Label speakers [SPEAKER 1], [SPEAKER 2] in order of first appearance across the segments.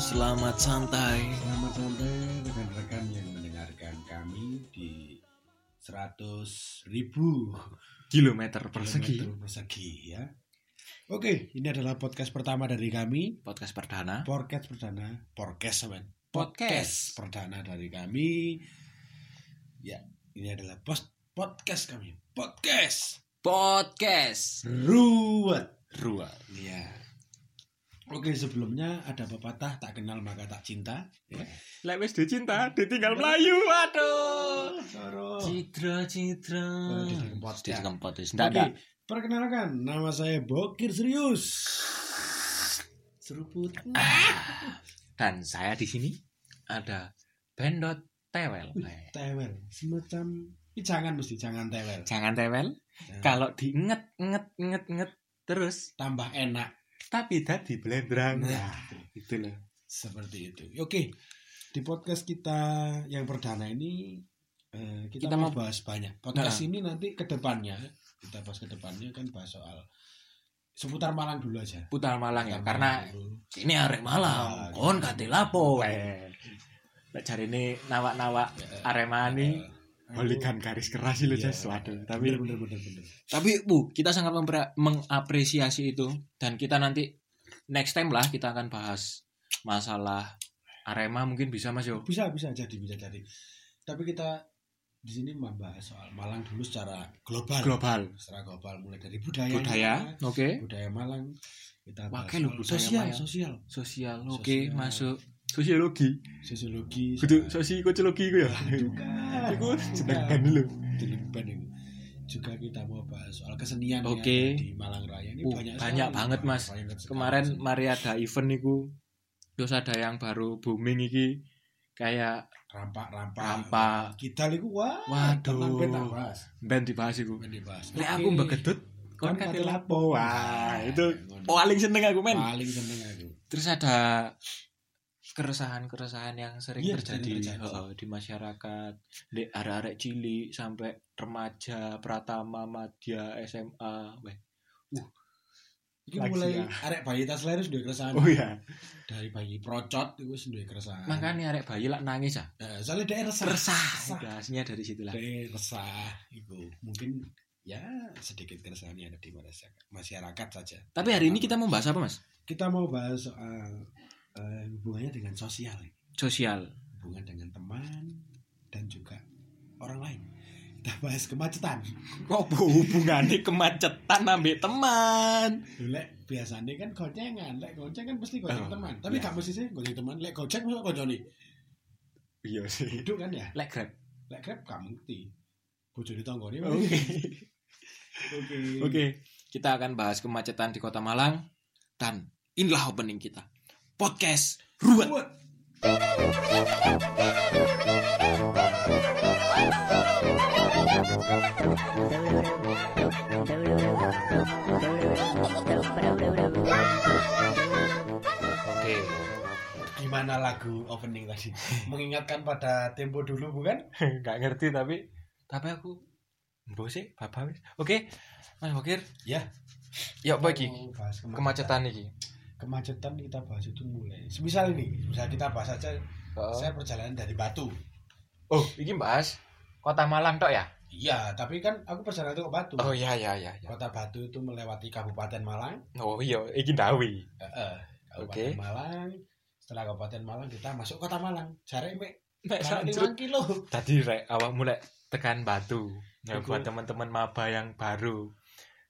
[SPEAKER 1] Selamat santai.
[SPEAKER 2] Selamat santai rekan-rekan yang mendengarkan kami di 100.000 ribu
[SPEAKER 1] Kilometer persegi.
[SPEAKER 2] persegi ya. Oke, ini adalah podcast pertama dari kami,
[SPEAKER 1] Podcast perdana.
[SPEAKER 2] podcast perdana, podcast apa?
[SPEAKER 1] Podcast.
[SPEAKER 2] perdana dari kami. Ya, ini adalah post podcast kami, podcast
[SPEAKER 1] Podcast.
[SPEAKER 2] ruwet.
[SPEAKER 1] Rua.
[SPEAKER 2] Ya. Oke, sebelumnya ada pepatah tak kenal maka tak cinta. Ya.
[SPEAKER 1] Lek wis dicinta, ditinggal melayu. Waduh.
[SPEAKER 2] Soro.
[SPEAKER 1] Citra, citra.
[SPEAKER 2] Oh, didikempot, ya.
[SPEAKER 1] Dikempot wis
[SPEAKER 2] Oke,
[SPEAKER 1] ndak
[SPEAKER 2] perkenalkan nama saya Bokir Serius. Seruput.
[SPEAKER 1] Ah, Dan saya di sini ada Bendot Tewel.
[SPEAKER 2] Wih, Tewel, semacam Ih, jangan mesti jangan tewel.
[SPEAKER 1] Jangan tewel. Kalau diinget, inget, inget, inget terus
[SPEAKER 2] Tambah enak.
[SPEAKER 1] tapi tadi blendrang.
[SPEAKER 2] Nah,
[SPEAKER 1] Itu loh.
[SPEAKER 2] seperti itu. Oke, di podcast kita yang perdana ini eh, kita,
[SPEAKER 1] Kita
[SPEAKER 2] mau
[SPEAKER 1] mau- Nah.
[SPEAKER 2] bahas banyak. Podcast ini nanti ke depannya kita bahas ke depannya kan bahas soal seputar Malang dulu aja.
[SPEAKER 1] Putar Malang ya
[SPEAKER 2] Seputar
[SPEAKER 1] karena
[SPEAKER 2] Malang dulu.
[SPEAKER 1] ini arek Malang.
[SPEAKER 2] Ah,
[SPEAKER 1] Kon
[SPEAKER 2] gitu.
[SPEAKER 1] kate lapo wae. Lek jarine nawak-nawak Aremani
[SPEAKER 2] Eh,
[SPEAKER 1] Holigan kan garis keras sih lo
[SPEAKER 2] Iya.
[SPEAKER 1] Jas. Waduh, tapi
[SPEAKER 2] Bener, bener, bener, bener.
[SPEAKER 1] tapi Bu, kita sangat mempra- mengapresiasi itu dan kita nanti next time lah kita akan bahas masalah Arema mungkin bisa Mas yo.
[SPEAKER 2] bisa bisa jadi bisa jadi tapi kita di sini membahas soal Malang dulu secara global
[SPEAKER 1] Global.
[SPEAKER 2] secara global mulai dari budaya
[SPEAKER 1] Budaya, oke.
[SPEAKER 2] budaya Malang kita bahas
[SPEAKER 1] Wakai lho
[SPEAKER 2] soal
[SPEAKER 1] budaya
[SPEAKER 2] sosial
[SPEAKER 1] Malang.
[SPEAKER 2] sosial
[SPEAKER 1] Sosial, oke,
[SPEAKER 2] Sosial.
[SPEAKER 1] masuk Iya. sosiologi.
[SPEAKER 2] sosiologi
[SPEAKER 1] Kudu
[SPEAKER 2] soal-
[SPEAKER 1] sosi sosiologi ku ya.
[SPEAKER 2] Bukan.
[SPEAKER 1] Iku jeneng
[SPEAKER 2] Bukan.
[SPEAKER 1] band lho.
[SPEAKER 2] Jeneng band itu. juga kita mau bahas soal kesenian ya
[SPEAKER 1] Oke.
[SPEAKER 2] di Malang Raya ini
[SPEAKER 1] Uh,
[SPEAKER 2] banyak,
[SPEAKER 1] banyak
[SPEAKER 2] sekali.
[SPEAKER 1] banget, Mas.
[SPEAKER 2] Banyak sekali.
[SPEAKER 1] kemarin mari ada event niku terus ada yang baru booming iki kayak
[SPEAKER 2] rampak rampak
[SPEAKER 1] rampa
[SPEAKER 2] kita liku wah
[SPEAKER 1] Waduh.
[SPEAKER 2] sampai tak bahas
[SPEAKER 1] band dibahas iku
[SPEAKER 2] Sampai dibahas.
[SPEAKER 1] nek
[SPEAKER 2] Oke. Kan
[SPEAKER 1] aku mbegedut kon kate lapo wah itu paling seneng aku men
[SPEAKER 2] paling seneng aku
[SPEAKER 1] terus ada keresahan-keresahan yang sering
[SPEAKER 2] Iya, sering
[SPEAKER 1] terjadi
[SPEAKER 2] terjadi.
[SPEAKER 1] heeh, di masyarakat di arek-arek cilik sampai remaja pratama madya SMA weh
[SPEAKER 2] Iki
[SPEAKER 1] Lagi
[SPEAKER 2] mulai
[SPEAKER 1] ya.
[SPEAKER 2] arek bayi tas lerus duwe keresahan.
[SPEAKER 1] iya
[SPEAKER 2] Dari bayi procot itu wis duwe keresahan.
[SPEAKER 1] makanya arek bayi lah nangis ya
[SPEAKER 2] eh, soalnya dia resah.
[SPEAKER 1] resah hasilnya dari situlah
[SPEAKER 2] Dia resah iku. Mungkin ya sedikit keresahannya ada di masyarakat, masyarakat saja.
[SPEAKER 1] tapi hari ini kita mau bahas apa mas
[SPEAKER 2] kita mau bahas soal eh, hubungannya dengan sosial,
[SPEAKER 1] sosial
[SPEAKER 2] hubungan dengan teman dan juga orang lain. Kita bahas kemacetan.
[SPEAKER 1] Kok hubungannya kemacetan ambek teman?
[SPEAKER 2] Lho, Lek biasanya kan goncengan, lek gonceng kan mesti
[SPEAKER 1] Oh,
[SPEAKER 2] gonceng teman. Tapi
[SPEAKER 1] iya.
[SPEAKER 2] gak mesti sih gonceng teman, lek gojek mesti koncone.
[SPEAKER 1] Iya sih.
[SPEAKER 2] Duduk kan ya.
[SPEAKER 1] Lek grab.
[SPEAKER 2] lek grab gak mesti bojone tanggane
[SPEAKER 1] Oke.
[SPEAKER 2] oke
[SPEAKER 1] Oke, kita akan bahas kemacetan di Kota Malang dan inilah opening kita. Podcast Ruwet.
[SPEAKER 2] Buat.
[SPEAKER 1] Oke.
[SPEAKER 2] gimana lagu opening tadi mengingatkan pada tempo dulu bukan
[SPEAKER 1] Gak ngerti tapi tapi aku mbok sih bapak wis. Oke. Mas Bokir,
[SPEAKER 2] ya
[SPEAKER 1] yuk bagi
[SPEAKER 2] Mau Oh, bahas kemacetan
[SPEAKER 1] kemacetan iki.
[SPEAKER 2] kemacetan kita bahas itu mulai misal ini misal kita bahas aja
[SPEAKER 1] Heeh.
[SPEAKER 2] saya perjalanan dari Batu
[SPEAKER 1] Oh, iki bahas Kota Malang tok ya?
[SPEAKER 2] iya tapi kan aku perjalanan itu ke Batu
[SPEAKER 1] Oh iya iya iya. iya.
[SPEAKER 2] kota Batu itu melewati Kabupaten Malang
[SPEAKER 1] Oh iya, iki Dawi.
[SPEAKER 2] Eh, eh, Kabupaten
[SPEAKER 1] Oke.
[SPEAKER 2] Malang setelah Kabupaten Malang kita masuk kota Malang jaraknya mek
[SPEAKER 1] Nek
[SPEAKER 2] karena
[SPEAKER 1] sanjut.
[SPEAKER 2] lima kilo
[SPEAKER 1] tadi rek awak mulai tekan batu ya,
[SPEAKER 2] Betul.
[SPEAKER 1] buat teman-teman maba yang baru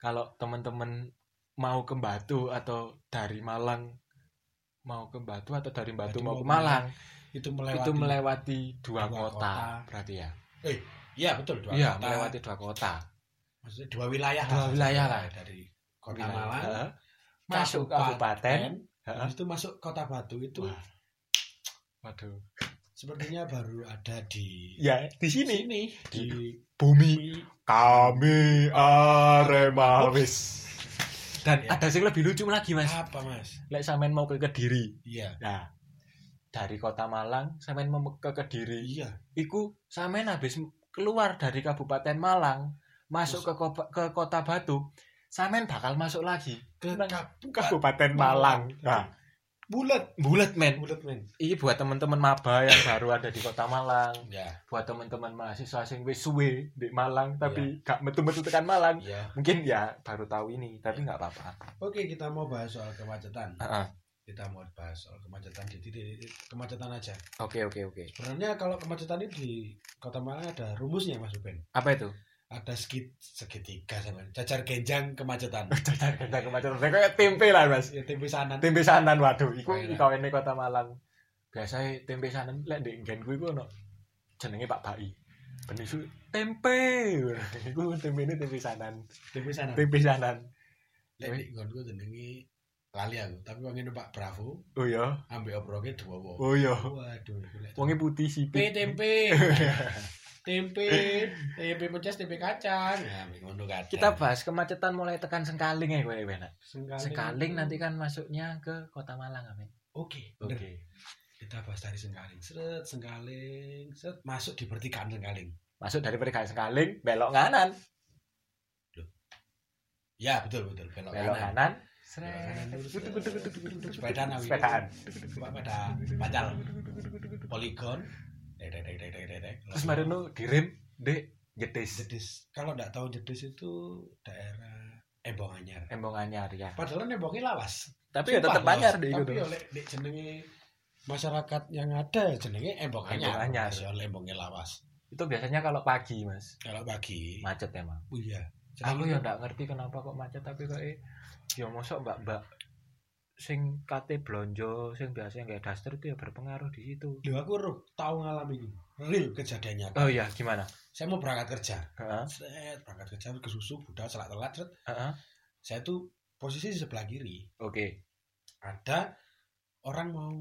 [SPEAKER 1] kalau teman-teman mau ke Batu atau dari Malang mau ke Batu atau dari Batu
[SPEAKER 2] Batu
[SPEAKER 1] mau
[SPEAKER 2] mau
[SPEAKER 1] ke
[SPEAKER 2] ke
[SPEAKER 1] Malang
[SPEAKER 2] itu
[SPEAKER 1] itu
[SPEAKER 2] melewati
[SPEAKER 1] melewati dua,
[SPEAKER 2] dua
[SPEAKER 1] kota,
[SPEAKER 2] kota.
[SPEAKER 1] berarti ya
[SPEAKER 2] Iya betul dua
[SPEAKER 1] iya
[SPEAKER 2] kota.
[SPEAKER 1] melewati dua kota
[SPEAKER 2] Maksudnya dua wilayah.
[SPEAKER 1] Dua
[SPEAKER 2] lah.
[SPEAKER 1] wilayah lah.
[SPEAKER 2] dari kota
[SPEAKER 1] Wilayah.
[SPEAKER 2] Malang,
[SPEAKER 1] Heeh. masuk kabupaten Heeh.
[SPEAKER 2] habis itu masuk kota Batu itu
[SPEAKER 1] Wah. waduh
[SPEAKER 2] sepertinya baru ada di
[SPEAKER 1] ya di sini
[SPEAKER 2] Sini, di
[SPEAKER 1] bumi kami Arema wis dan
[SPEAKER 2] Ya.
[SPEAKER 1] ada yang lebih lucu lagi mas
[SPEAKER 2] apa mas?
[SPEAKER 1] lek sampean mau ke Kediri
[SPEAKER 2] Iya.
[SPEAKER 1] Nah, dari kota Malang sampean mem- ke Kediri,
[SPEAKER 2] Iya.
[SPEAKER 1] iku sampean habis m- keluar dari Kabupaten Malang, masuk ke ko- ke kota Batu, sampean bakal masuk lagi
[SPEAKER 2] Ke
[SPEAKER 1] Nang- Nah,
[SPEAKER 2] Kabupaten.
[SPEAKER 1] Kabupaten
[SPEAKER 2] Malang.
[SPEAKER 1] Malang. Nah,
[SPEAKER 2] bulat
[SPEAKER 1] bulat men
[SPEAKER 2] bulat men
[SPEAKER 1] ini buat teman-teman maba yang baru ada di kota Malang
[SPEAKER 2] ya
[SPEAKER 1] buat teman-teman mahasiswa sing wis suwe di Malang tapi gak metu-metu tekan Malang
[SPEAKER 2] ya
[SPEAKER 1] mungkin ya baru tahu ini tapi nggak apa-apa
[SPEAKER 2] oke kita mau bahas soal kemacetan
[SPEAKER 1] Heeh.
[SPEAKER 2] kita mau bahas soal kemacetan jadi di- di- kemacetan aja
[SPEAKER 1] oke oke oke
[SPEAKER 2] sebenarnya kalau kemacetan itu di kota Malang ada rumusnya mas Ruben
[SPEAKER 1] apa itu
[SPEAKER 2] ada sekit segitiga sama cacar genjang kemacetan
[SPEAKER 1] Cacar gendang kemacetan Saya kayak tempe lah mas
[SPEAKER 2] ya tempisanan
[SPEAKER 1] tempe sanan waduh iku
[SPEAKER 2] Iya.
[SPEAKER 1] kalau ini kota Malang biasanya tempe sanan lek di nggen gue ono jenenge Pak Bai benih su tempe iku tempe ini tempe sanan
[SPEAKER 2] tempisanan
[SPEAKER 1] tempe sanan
[SPEAKER 2] lek di nggonku jenengi lali aku tapi wong ini Pak Bravo
[SPEAKER 1] oh ya
[SPEAKER 2] ambek obroke dua
[SPEAKER 1] oh e ya
[SPEAKER 2] waduh iku lek-
[SPEAKER 1] wonge putih
[SPEAKER 2] tempe
[SPEAKER 1] sipit
[SPEAKER 2] tempe tempe tempe pecas tempe kacang ya ngono kacang
[SPEAKER 1] kita bahas kemacetan mulai tekan Sengkaling ya gue enak Eh.
[SPEAKER 2] sekaling,
[SPEAKER 1] Sengkaling nanti kan masuknya ke Kota Malang amin
[SPEAKER 2] oke bener. kita bahas dari sengkaling seret sengkaling seret masuk di pertigaan sengkaling
[SPEAKER 1] masuk dari pertigaan Sengkaling belok kanan
[SPEAKER 2] ya betul betul belok
[SPEAKER 1] belok kanan
[SPEAKER 2] kanan Belok kanan
[SPEAKER 1] Sret.
[SPEAKER 2] terus, eh, sepedaan Awi.
[SPEAKER 1] sepedaan
[SPEAKER 2] Coba pada pacal poligon dek dek dek dek dek dek, dek
[SPEAKER 1] terus marino direm dek jetis
[SPEAKER 2] jedis kalau nggak tahu jedis itu daerah embong anyar
[SPEAKER 1] embong anyar ya
[SPEAKER 2] padahal embongnya lawas
[SPEAKER 1] tapi ya
[SPEAKER 2] Sumpah,
[SPEAKER 1] tetap
[SPEAKER 2] Bos.
[SPEAKER 1] anyar deh
[SPEAKER 2] tapi oleh dek jenenge masyarakat yang ada jenenge embong anyar
[SPEAKER 1] Embong anyar.
[SPEAKER 2] soal embongnya lawas
[SPEAKER 1] itu biasanya kalau pagi mas
[SPEAKER 2] kalau pagi
[SPEAKER 1] macet emang
[SPEAKER 2] oh iya
[SPEAKER 1] aku ya nggak ngerti kenapa kok macet tapi kok eh, ya mosok mbak mbak sing kate blonjo sing biasanya nggak daster itu ya berpengaruh di situ
[SPEAKER 2] Lho, aku ruh, tahu ngalami itu real kejadiannya
[SPEAKER 1] oh iya gimana
[SPEAKER 2] saya mau berangkat kerja
[SPEAKER 1] Heeh.
[SPEAKER 2] Set, berangkat kerja kesusu budal selak telat set.
[SPEAKER 1] Heeh.
[SPEAKER 2] saya tuh posisi di sebelah kiri
[SPEAKER 1] oke
[SPEAKER 2] ada orang mau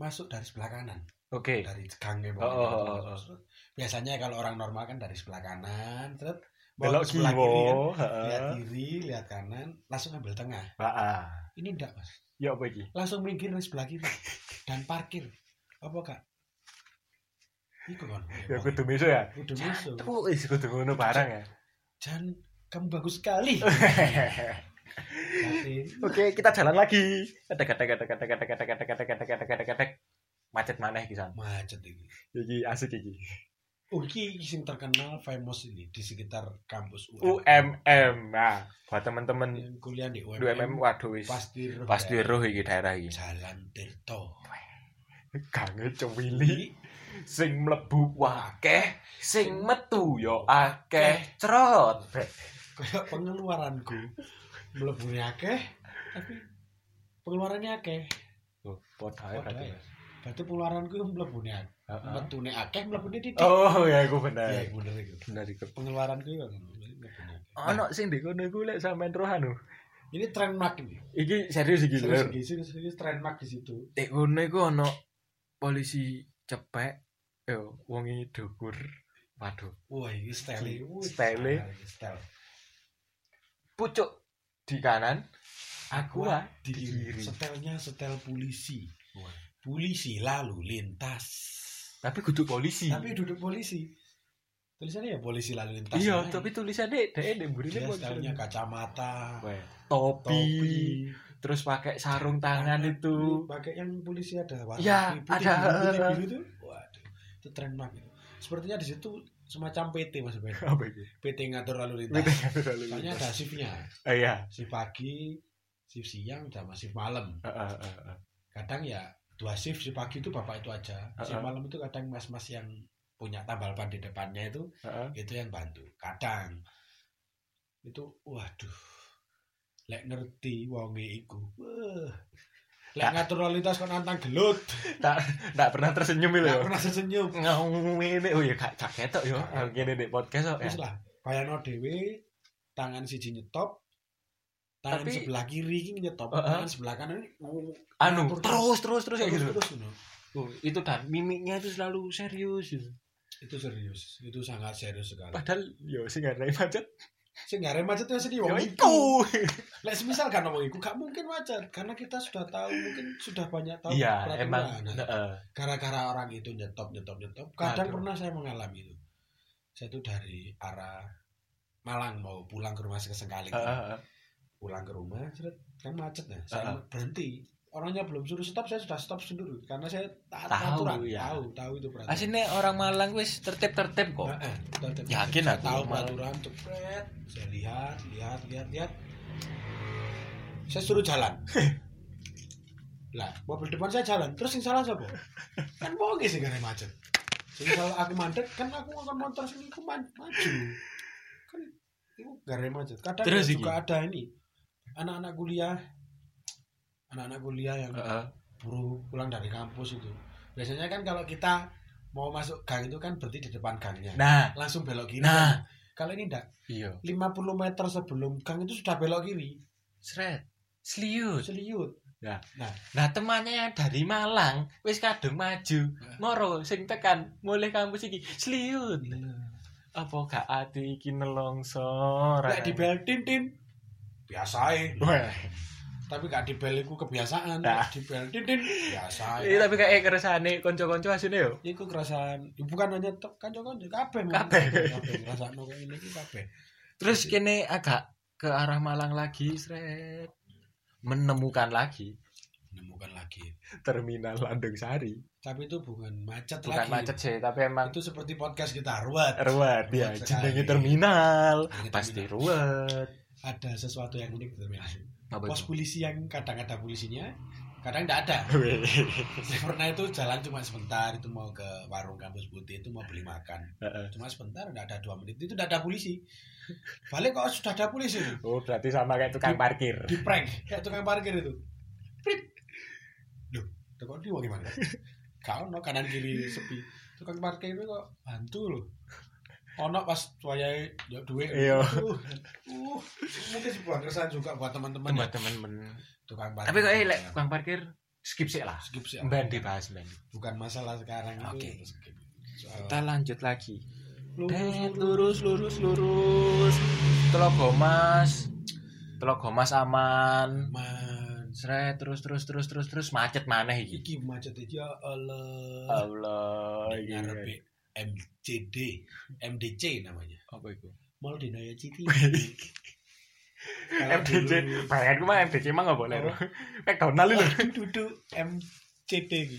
[SPEAKER 2] masuk dari sebelah kanan
[SPEAKER 1] oke
[SPEAKER 2] dari gang embong
[SPEAKER 1] Oh,
[SPEAKER 2] anyar
[SPEAKER 1] oh,
[SPEAKER 2] itu
[SPEAKER 1] oh,
[SPEAKER 2] masuk. Set. biasanya kalau orang normal kan dari sebelah kanan set, mau
[SPEAKER 1] belok
[SPEAKER 2] ke sebelah kiri kan
[SPEAKER 1] kiwo
[SPEAKER 2] lihat
[SPEAKER 1] heeh.
[SPEAKER 2] kiri, lihat kanan, langsung ambil tengah.
[SPEAKER 1] Heeh.
[SPEAKER 2] Ini enggak, Mas.
[SPEAKER 1] ya apa iki
[SPEAKER 2] Langsung minggir dari sebelah kiri dan parkir. Apa, Kak? Iku kan.
[SPEAKER 1] ya kudu meso ya
[SPEAKER 2] Kudu masuk.
[SPEAKER 1] tuh is kudu ngono barang ya
[SPEAKER 2] Jan, kamu bagus sekali. Tapi
[SPEAKER 1] Oke, kita jalan lagi. Ketek ketek ketek ketek ketek ketek ketek ketek ketek ketek ketek ketek. Macet maneh iki san.
[SPEAKER 2] macet ini.
[SPEAKER 1] Iki asik iki.
[SPEAKER 2] Oh, iki sing terkenal famous ini di sekitar kampus
[SPEAKER 1] UMM. Nah, buat temen-temen
[SPEAKER 2] Yang kuliah di UMM.
[SPEAKER 1] UMM waduh wis
[SPEAKER 2] Pasti roh
[SPEAKER 1] pasti
[SPEAKER 2] daerah.
[SPEAKER 1] roh iki daerah iki.
[SPEAKER 2] Jalan Tirto.
[SPEAKER 1] Gange cewili sing mlebu wakeh, sing metu yo akeh crot.
[SPEAKER 2] kayak pengeluaranku meleburi akeh tapi pengeluarannya akeh
[SPEAKER 1] Oh, Padha ae
[SPEAKER 2] Padha
[SPEAKER 1] berarti.
[SPEAKER 2] ya. berarti pengeluaranku meleburi akeh
[SPEAKER 1] Heeh.
[SPEAKER 2] metune akeh meleburi titik
[SPEAKER 1] Oh, ya iku
[SPEAKER 2] ya
[SPEAKER 1] bener.
[SPEAKER 2] bener iku
[SPEAKER 1] Bener iku.
[SPEAKER 2] pengeluaranku ya ngono, melebuni akeh. Nah,
[SPEAKER 1] Ono sing ndek kono iku lek sampean rohanu.
[SPEAKER 2] ini trademark ini
[SPEAKER 1] Iki serius iki lho.
[SPEAKER 2] serius serius, serius trademark di situ
[SPEAKER 1] Nek ngono iku ana polisi cepek yo wonge dukur. Waduh,
[SPEAKER 2] wah ini style Wih,
[SPEAKER 1] Style.
[SPEAKER 2] ini style
[SPEAKER 1] pucuk di kanan,
[SPEAKER 2] aku
[SPEAKER 1] aqua
[SPEAKER 2] di kiri setelnya setel polisi polisi lalu lintas
[SPEAKER 1] Tapi kudu polisi.
[SPEAKER 2] tapi duduk polisi tulisannya ya polisi lalu lintas
[SPEAKER 1] iya,
[SPEAKER 2] Nah,
[SPEAKER 1] tapi tulisannya dhek ndek mburine
[SPEAKER 2] dia
[SPEAKER 1] kok
[SPEAKER 2] stylenya kacamata
[SPEAKER 1] Weh, kan ya? topi,
[SPEAKER 2] topi
[SPEAKER 1] terus pakai sarung tangan itu.
[SPEAKER 2] pakai yang polisi ada warna
[SPEAKER 1] Ya,
[SPEAKER 2] putih,
[SPEAKER 1] ada.
[SPEAKER 2] biru, putih, biru itu waduh itu tren banget itu sepertinya di situ semacam PT mas Ben
[SPEAKER 1] Apa iki?
[SPEAKER 2] PT ngatur lalu
[SPEAKER 1] Beda
[SPEAKER 2] lintas
[SPEAKER 1] kan lalu
[SPEAKER 2] soalnya
[SPEAKER 1] lintas.
[SPEAKER 2] ada shiftnya
[SPEAKER 1] Ah, Iya.
[SPEAKER 2] shift pagi shift siang sama shift malam
[SPEAKER 1] Heeh, heeh, heeh.
[SPEAKER 2] kadang ya dua shift shift pagi itu bapak itu aja shift
[SPEAKER 1] Heeh.
[SPEAKER 2] malam itu kadang mas-mas yang punya tambal ban di depannya itu
[SPEAKER 1] Heeh.
[SPEAKER 2] itu yang bantu kadang itu waduh lek ngerti wonge iku wah lek ngatur lalu lintas kok nantang gelut
[SPEAKER 1] Tak tak pernah tersenyum iki
[SPEAKER 2] gak
[SPEAKER 1] lho.
[SPEAKER 2] pernah sesenyum
[SPEAKER 1] Iya. Ngene oh ya gak gak ketok yo. Ngene ndek podcast kok. ya.
[SPEAKER 2] terus lah bayano dhewe tangan siji nyetop tangan
[SPEAKER 1] Tapi-
[SPEAKER 2] sebelah kiri iki nyetop
[SPEAKER 1] Heeh.
[SPEAKER 2] tangan sebelah kanan ini, oh,
[SPEAKER 1] Anu
[SPEAKER 2] ngatur
[SPEAKER 1] terus terus terus kayak
[SPEAKER 2] terus
[SPEAKER 1] gitu.
[SPEAKER 2] terus ngono.
[SPEAKER 1] Oh, itu dan mimiknya itu selalu serius gitu.
[SPEAKER 2] itu serius itu sangat serius sekali
[SPEAKER 1] Padahal yo sing ngarep macet.
[SPEAKER 2] sing gak ada macet ya sedih
[SPEAKER 1] Yo
[SPEAKER 2] wong iku
[SPEAKER 1] iku.
[SPEAKER 2] lek semisal kan wong iku gak mungkin macet karena kita sudah tahu mungkin sudah banyak tahu
[SPEAKER 1] Iya,
[SPEAKER 2] peraturan.
[SPEAKER 1] emang
[SPEAKER 2] Nah,
[SPEAKER 1] heeh.
[SPEAKER 2] gara-gara orang itu nyetop nyetop nyetop kadang
[SPEAKER 1] Aduh.
[SPEAKER 2] pernah saya mengalami itu saya tuh dari arah Malang mau pulang ke rumah saya ke Sengkaling
[SPEAKER 1] heeh, heeh.
[SPEAKER 2] pulang ke rumah seret, kan macet ya saya berhenti orangnya belum suruh stop saya sudah stop sendiri karena saya taat
[SPEAKER 1] Tahu,
[SPEAKER 2] aturan
[SPEAKER 1] ya.
[SPEAKER 2] tahu tahu itu peraturan
[SPEAKER 1] Aslinya orang Malang wis tertib-tertib kok.
[SPEAKER 2] Nah, eh, betul, betul.
[SPEAKER 1] Yakin
[SPEAKER 2] Saya
[SPEAKER 1] aku,
[SPEAKER 2] tahu
[SPEAKER 1] Mal.
[SPEAKER 2] peraturan cepet saya lihat lihat lihat lihat saya suruh jalan lah mobil depan saya jalan terus yang salah siapa kan bohong sih karena macet jadi kalau aku mandek kan aku akan motor sini aku man- maju kan itu gara macet kadang
[SPEAKER 1] Terus iki?
[SPEAKER 2] juga ada ini anak-anak kuliah anak-anak kuliah yang
[SPEAKER 1] Heeh.
[SPEAKER 2] buru pulang dari kampus itu biasanya kan kalau kita mau masuk gang itu kan berarti di depan gangnya
[SPEAKER 1] Nah,
[SPEAKER 2] langsung belok kiri
[SPEAKER 1] nah,
[SPEAKER 2] kalau ini enggak
[SPEAKER 1] iya.
[SPEAKER 2] 50 meter sebelum gang itu sudah belok kiri
[SPEAKER 1] Sret. Sliut.
[SPEAKER 2] seliut
[SPEAKER 1] Ya.
[SPEAKER 2] nah
[SPEAKER 1] Nah, temannya yang dari Malang wis kadung maju.
[SPEAKER 2] Heeh.
[SPEAKER 1] Moro sing tekan mulai kampus iki. Sliut.
[SPEAKER 2] nah
[SPEAKER 1] Apa gak ati iki nelongso?
[SPEAKER 2] di bel tintin biasain
[SPEAKER 1] Wah,
[SPEAKER 2] tapi gak di bel iku kebiasaan
[SPEAKER 1] Nah.
[SPEAKER 2] di bel tintin biasain
[SPEAKER 1] iya, tapi kayak keresane konco-konco asine yo.
[SPEAKER 2] Iku kerasaan, ya bukan hanya tok kanca-kanca kabeh. Mas.
[SPEAKER 1] Kabeh.
[SPEAKER 2] Kabeh ngrasakno kayak ngene iki kabeh.
[SPEAKER 1] Terus kene agak ke arah Malang lagi, sret. Menemukan lagi
[SPEAKER 2] Nemukan lagi.
[SPEAKER 1] terminal Landung Sari.
[SPEAKER 2] Tapi itu bukan macet
[SPEAKER 1] Bukan
[SPEAKER 2] lagi.
[SPEAKER 1] macet sih, tapi emang
[SPEAKER 2] Itu seperti podcast kita ruwet.
[SPEAKER 1] ruwet ya
[SPEAKER 2] Ruwet sekali.
[SPEAKER 1] jenenge terminal
[SPEAKER 2] Jenenge
[SPEAKER 1] pasti
[SPEAKER 2] terminal.
[SPEAKER 1] ruwet
[SPEAKER 2] Ada sesuatu yang unik di terminal.
[SPEAKER 1] apa
[SPEAKER 2] Pos polisi yang kadang ada polisinya, kadang tidak ada. Saya pernah itu jalan cuma sebentar, itu mau ke warung kampus putih, itu mau beli makan. Cuma sebentar, tidak ada dua menit, itu tidak ada polisi. Balik kok sudah ada polisi itu.
[SPEAKER 1] oh berarti sama kayak tukang parkir
[SPEAKER 2] Di prank, kayak tukang parkir itu. Prit. Loh, tukang di gimana? Kau no kanan kiri sepi. Tukang parkir itu kok bantu loh. Ono pas wayai ya duit.
[SPEAKER 1] Iya.
[SPEAKER 2] Uh, uh, mungkin sebuah keresahan juga buat teman-teman. ya.
[SPEAKER 1] teman-teman
[SPEAKER 2] Tukang parkir.
[SPEAKER 1] tapi kok eh lek tukang parkir skip sih lah
[SPEAKER 2] skip sih. ya.
[SPEAKER 1] ben dibahas ben
[SPEAKER 2] bukan masalah sekarang
[SPEAKER 1] Oke.
[SPEAKER 2] itu skip. Soal
[SPEAKER 1] kita lanjut lagi
[SPEAKER 2] lurus,
[SPEAKER 1] Tet, lurus lurus lurus Telogo Mas Telogo Mas aman
[SPEAKER 2] man
[SPEAKER 1] seret terus terus terus terus terus macet maneh iki
[SPEAKER 2] iki macet iki ya Allah e
[SPEAKER 1] Allah
[SPEAKER 2] Ning
[SPEAKER 1] iya.
[SPEAKER 2] ngarepe MCD MDC namanya
[SPEAKER 1] apa itu
[SPEAKER 2] Mall Dinaya City Kalau
[SPEAKER 1] MDC
[SPEAKER 2] dulu-
[SPEAKER 1] bayanganku mah MDC mah nggak boleh
[SPEAKER 2] Apa?
[SPEAKER 1] loh McDonald lho
[SPEAKER 2] Waduh, duduk MCD iki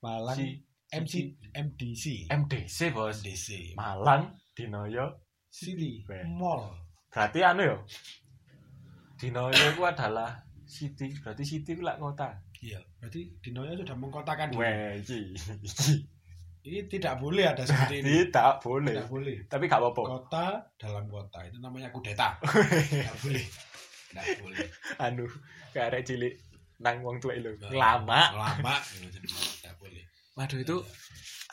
[SPEAKER 2] Malang
[SPEAKER 1] Si-
[SPEAKER 2] MC MDC
[SPEAKER 1] MDC bos
[SPEAKER 2] MDC
[SPEAKER 1] Malang Dinoyo
[SPEAKER 2] City
[SPEAKER 1] Weh.
[SPEAKER 2] Mall
[SPEAKER 1] berarti anu yo Dinoyo itu adalah city berarti city itu lah kota
[SPEAKER 2] iya berarti Dinoya sudah mengkotakan diri.
[SPEAKER 1] weh iki iki.
[SPEAKER 2] ini tidak boleh ada seperti ini
[SPEAKER 1] tidak boleh
[SPEAKER 2] tidak boleh
[SPEAKER 1] tapi gak apa-apa
[SPEAKER 2] kota dalam kota itu namanya kudeta tidak boleh tidak boleh
[SPEAKER 1] anu karek cilik nang wong tuwek lho
[SPEAKER 2] Nah.
[SPEAKER 1] lama
[SPEAKER 2] lama gitu, tidak boleh
[SPEAKER 1] waduh itu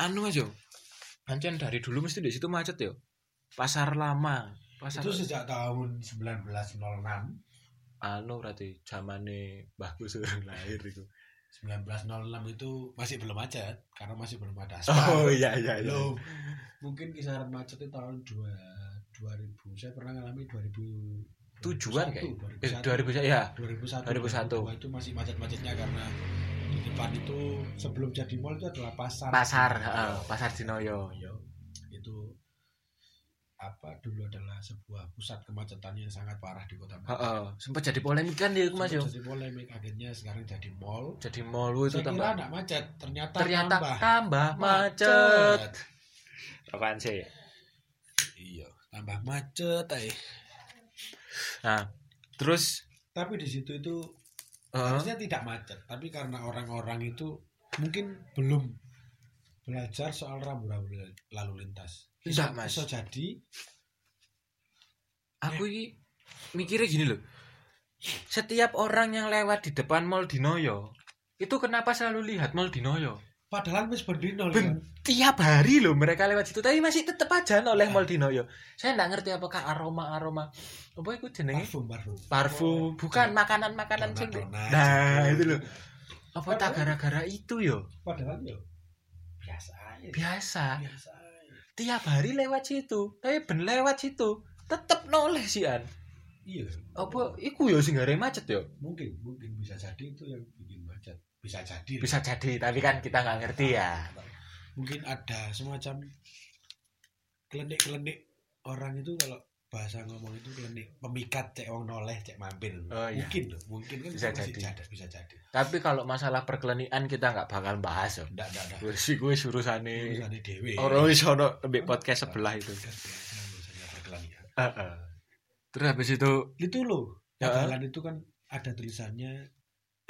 [SPEAKER 1] anu aja pancen dari dulu mesti di situ macet yo pasar lama pasar
[SPEAKER 2] itu sejak tahun 1906
[SPEAKER 1] anu berarti zamane mbahku sebelum lahir itu
[SPEAKER 2] 1906 itu masih belum macet karena masih belum ada
[SPEAKER 1] oh
[SPEAKER 2] aspal
[SPEAKER 1] iya iya iya
[SPEAKER 2] Belum. mungkin kisaran macet itu tahun 2 2000 saya pernah ngalami 2000
[SPEAKER 1] Tujuan kayak- eh,
[SPEAKER 2] 2001
[SPEAKER 1] 2000 ya
[SPEAKER 2] 2001
[SPEAKER 1] 2001.
[SPEAKER 2] 2002 itu masih macet-macetnya karena di depan itu sebelum jadi mall itu adalah pasar
[SPEAKER 1] pasar
[SPEAKER 2] Iya.
[SPEAKER 1] heeh, pasar Dinoyo
[SPEAKER 2] Yo, itu apa dulu adalah sebuah pusat kemacetan yang sangat parah di kota Malang.
[SPEAKER 1] Heeh, sempat jadi polemik kan dia Mas yo.
[SPEAKER 2] Sempat Jadi polemik akhirnya sekarang jadi mall.
[SPEAKER 1] Jadi mall itu
[SPEAKER 2] Saya kira
[SPEAKER 1] tambah
[SPEAKER 2] nggak macet, ternyata,
[SPEAKER 1] ternyata
[SPEAKER 2] tambah
[SPEAKER 1] tambah, macet. Apaan sih?
[SPEAKER 2] Iya, tambah macet. eh.
[SPEAKER 1] Nah, terus eh,
[SPEAKER 2] Tapi di situ itu
[SPEAKER 1] heeh,
[SPEAKER 2] harusnya tidak macet, tapi karena orang-orang itu mungkin belum belajar soal rambu-rambu lalu lintas.
[SPEAKER 1] Tidak,
[SPEAKER 2] Bisa-
[SPEAKER 1] Mas.
[SPEAKER 2] bisa jadi
[SPEAKER 1] aku ini mikirnya gini loh. Setiap orang yang lewat di depan mall Dinoyo itu kenapa selalu lihat mall Dinoyo?
[SPEAKER 2] padahal wis bendino
[SPEAKER 1] Ben- Tiap hari loh mereka lewat situ, tapi masih tetep aja oleh mall Dinoyo. Saya nggak ngerti apakah aroma aroma apa itu jenenge
[SPEAKER 2] parfum parfum
[SPEAKER 1] eh? parfum, bukan makanan makanan sing.
[SPEAKER 2] Donat-donat,
[SPEAKER 1] Nah,
[SPEAKER 2] gitu.
[SPEAKER 1] itu loh. Apa tak gara-gara itu yo?
[SPEAKER 2] padahal ya biasa aja
[SPEAKER 1] Biasa.
[SPEAKER 2] biasa aja.
[SPEAKER 1] tiap hari lewat situ tapi ben lewat situ tetep noleh sih an
[SPEAKER 2] iya
[SPEAKER 1] apa iku ya sing gara macet yo
[SPEAKER 2] mungkin mungkin bisa jadi itu yang bikin macet bisa jadi
[SPEAKER 1] bisa jadi tapi kan kita nggak ngerti ya
[SPEAKER 2] mungkin ada semacam kelenik kelenik orang itu kalau bahasa ngomong itu klenik, pemikat cek wong noleh cek mampir
[SPEAKER 1] Oh, iya.
[SPEAKER 2] mungkin loh mungkin kan
[SPEAKER 1] Bisa
[SPEAKER 2] masih
[SPEAKER 1] jadi.
[SPEAKER 2] jadas, bisa jadi
[SPEAKER 1] Tapi kalau masalah perkelenian kita nggak bakal bahas yo.
[SPEAKER 2] ndak ndak ndak
[SPEAKER 1] Gue sih gue surusane
[SPEAKER 2] urusannya dewe
[SPEAKER 1] orang wis ono mbek podcast iya, sebelah itu.
[SPEAKER 2] Kan biasa urusannya perkelahian.
[SPEAKER 1] Heeh. Terus habis itu
[SPEAKER 2] ya. itu loh
[SPEAKER 1] Ya.
[SPEAKER 2] jalan itu kan ada tulisannya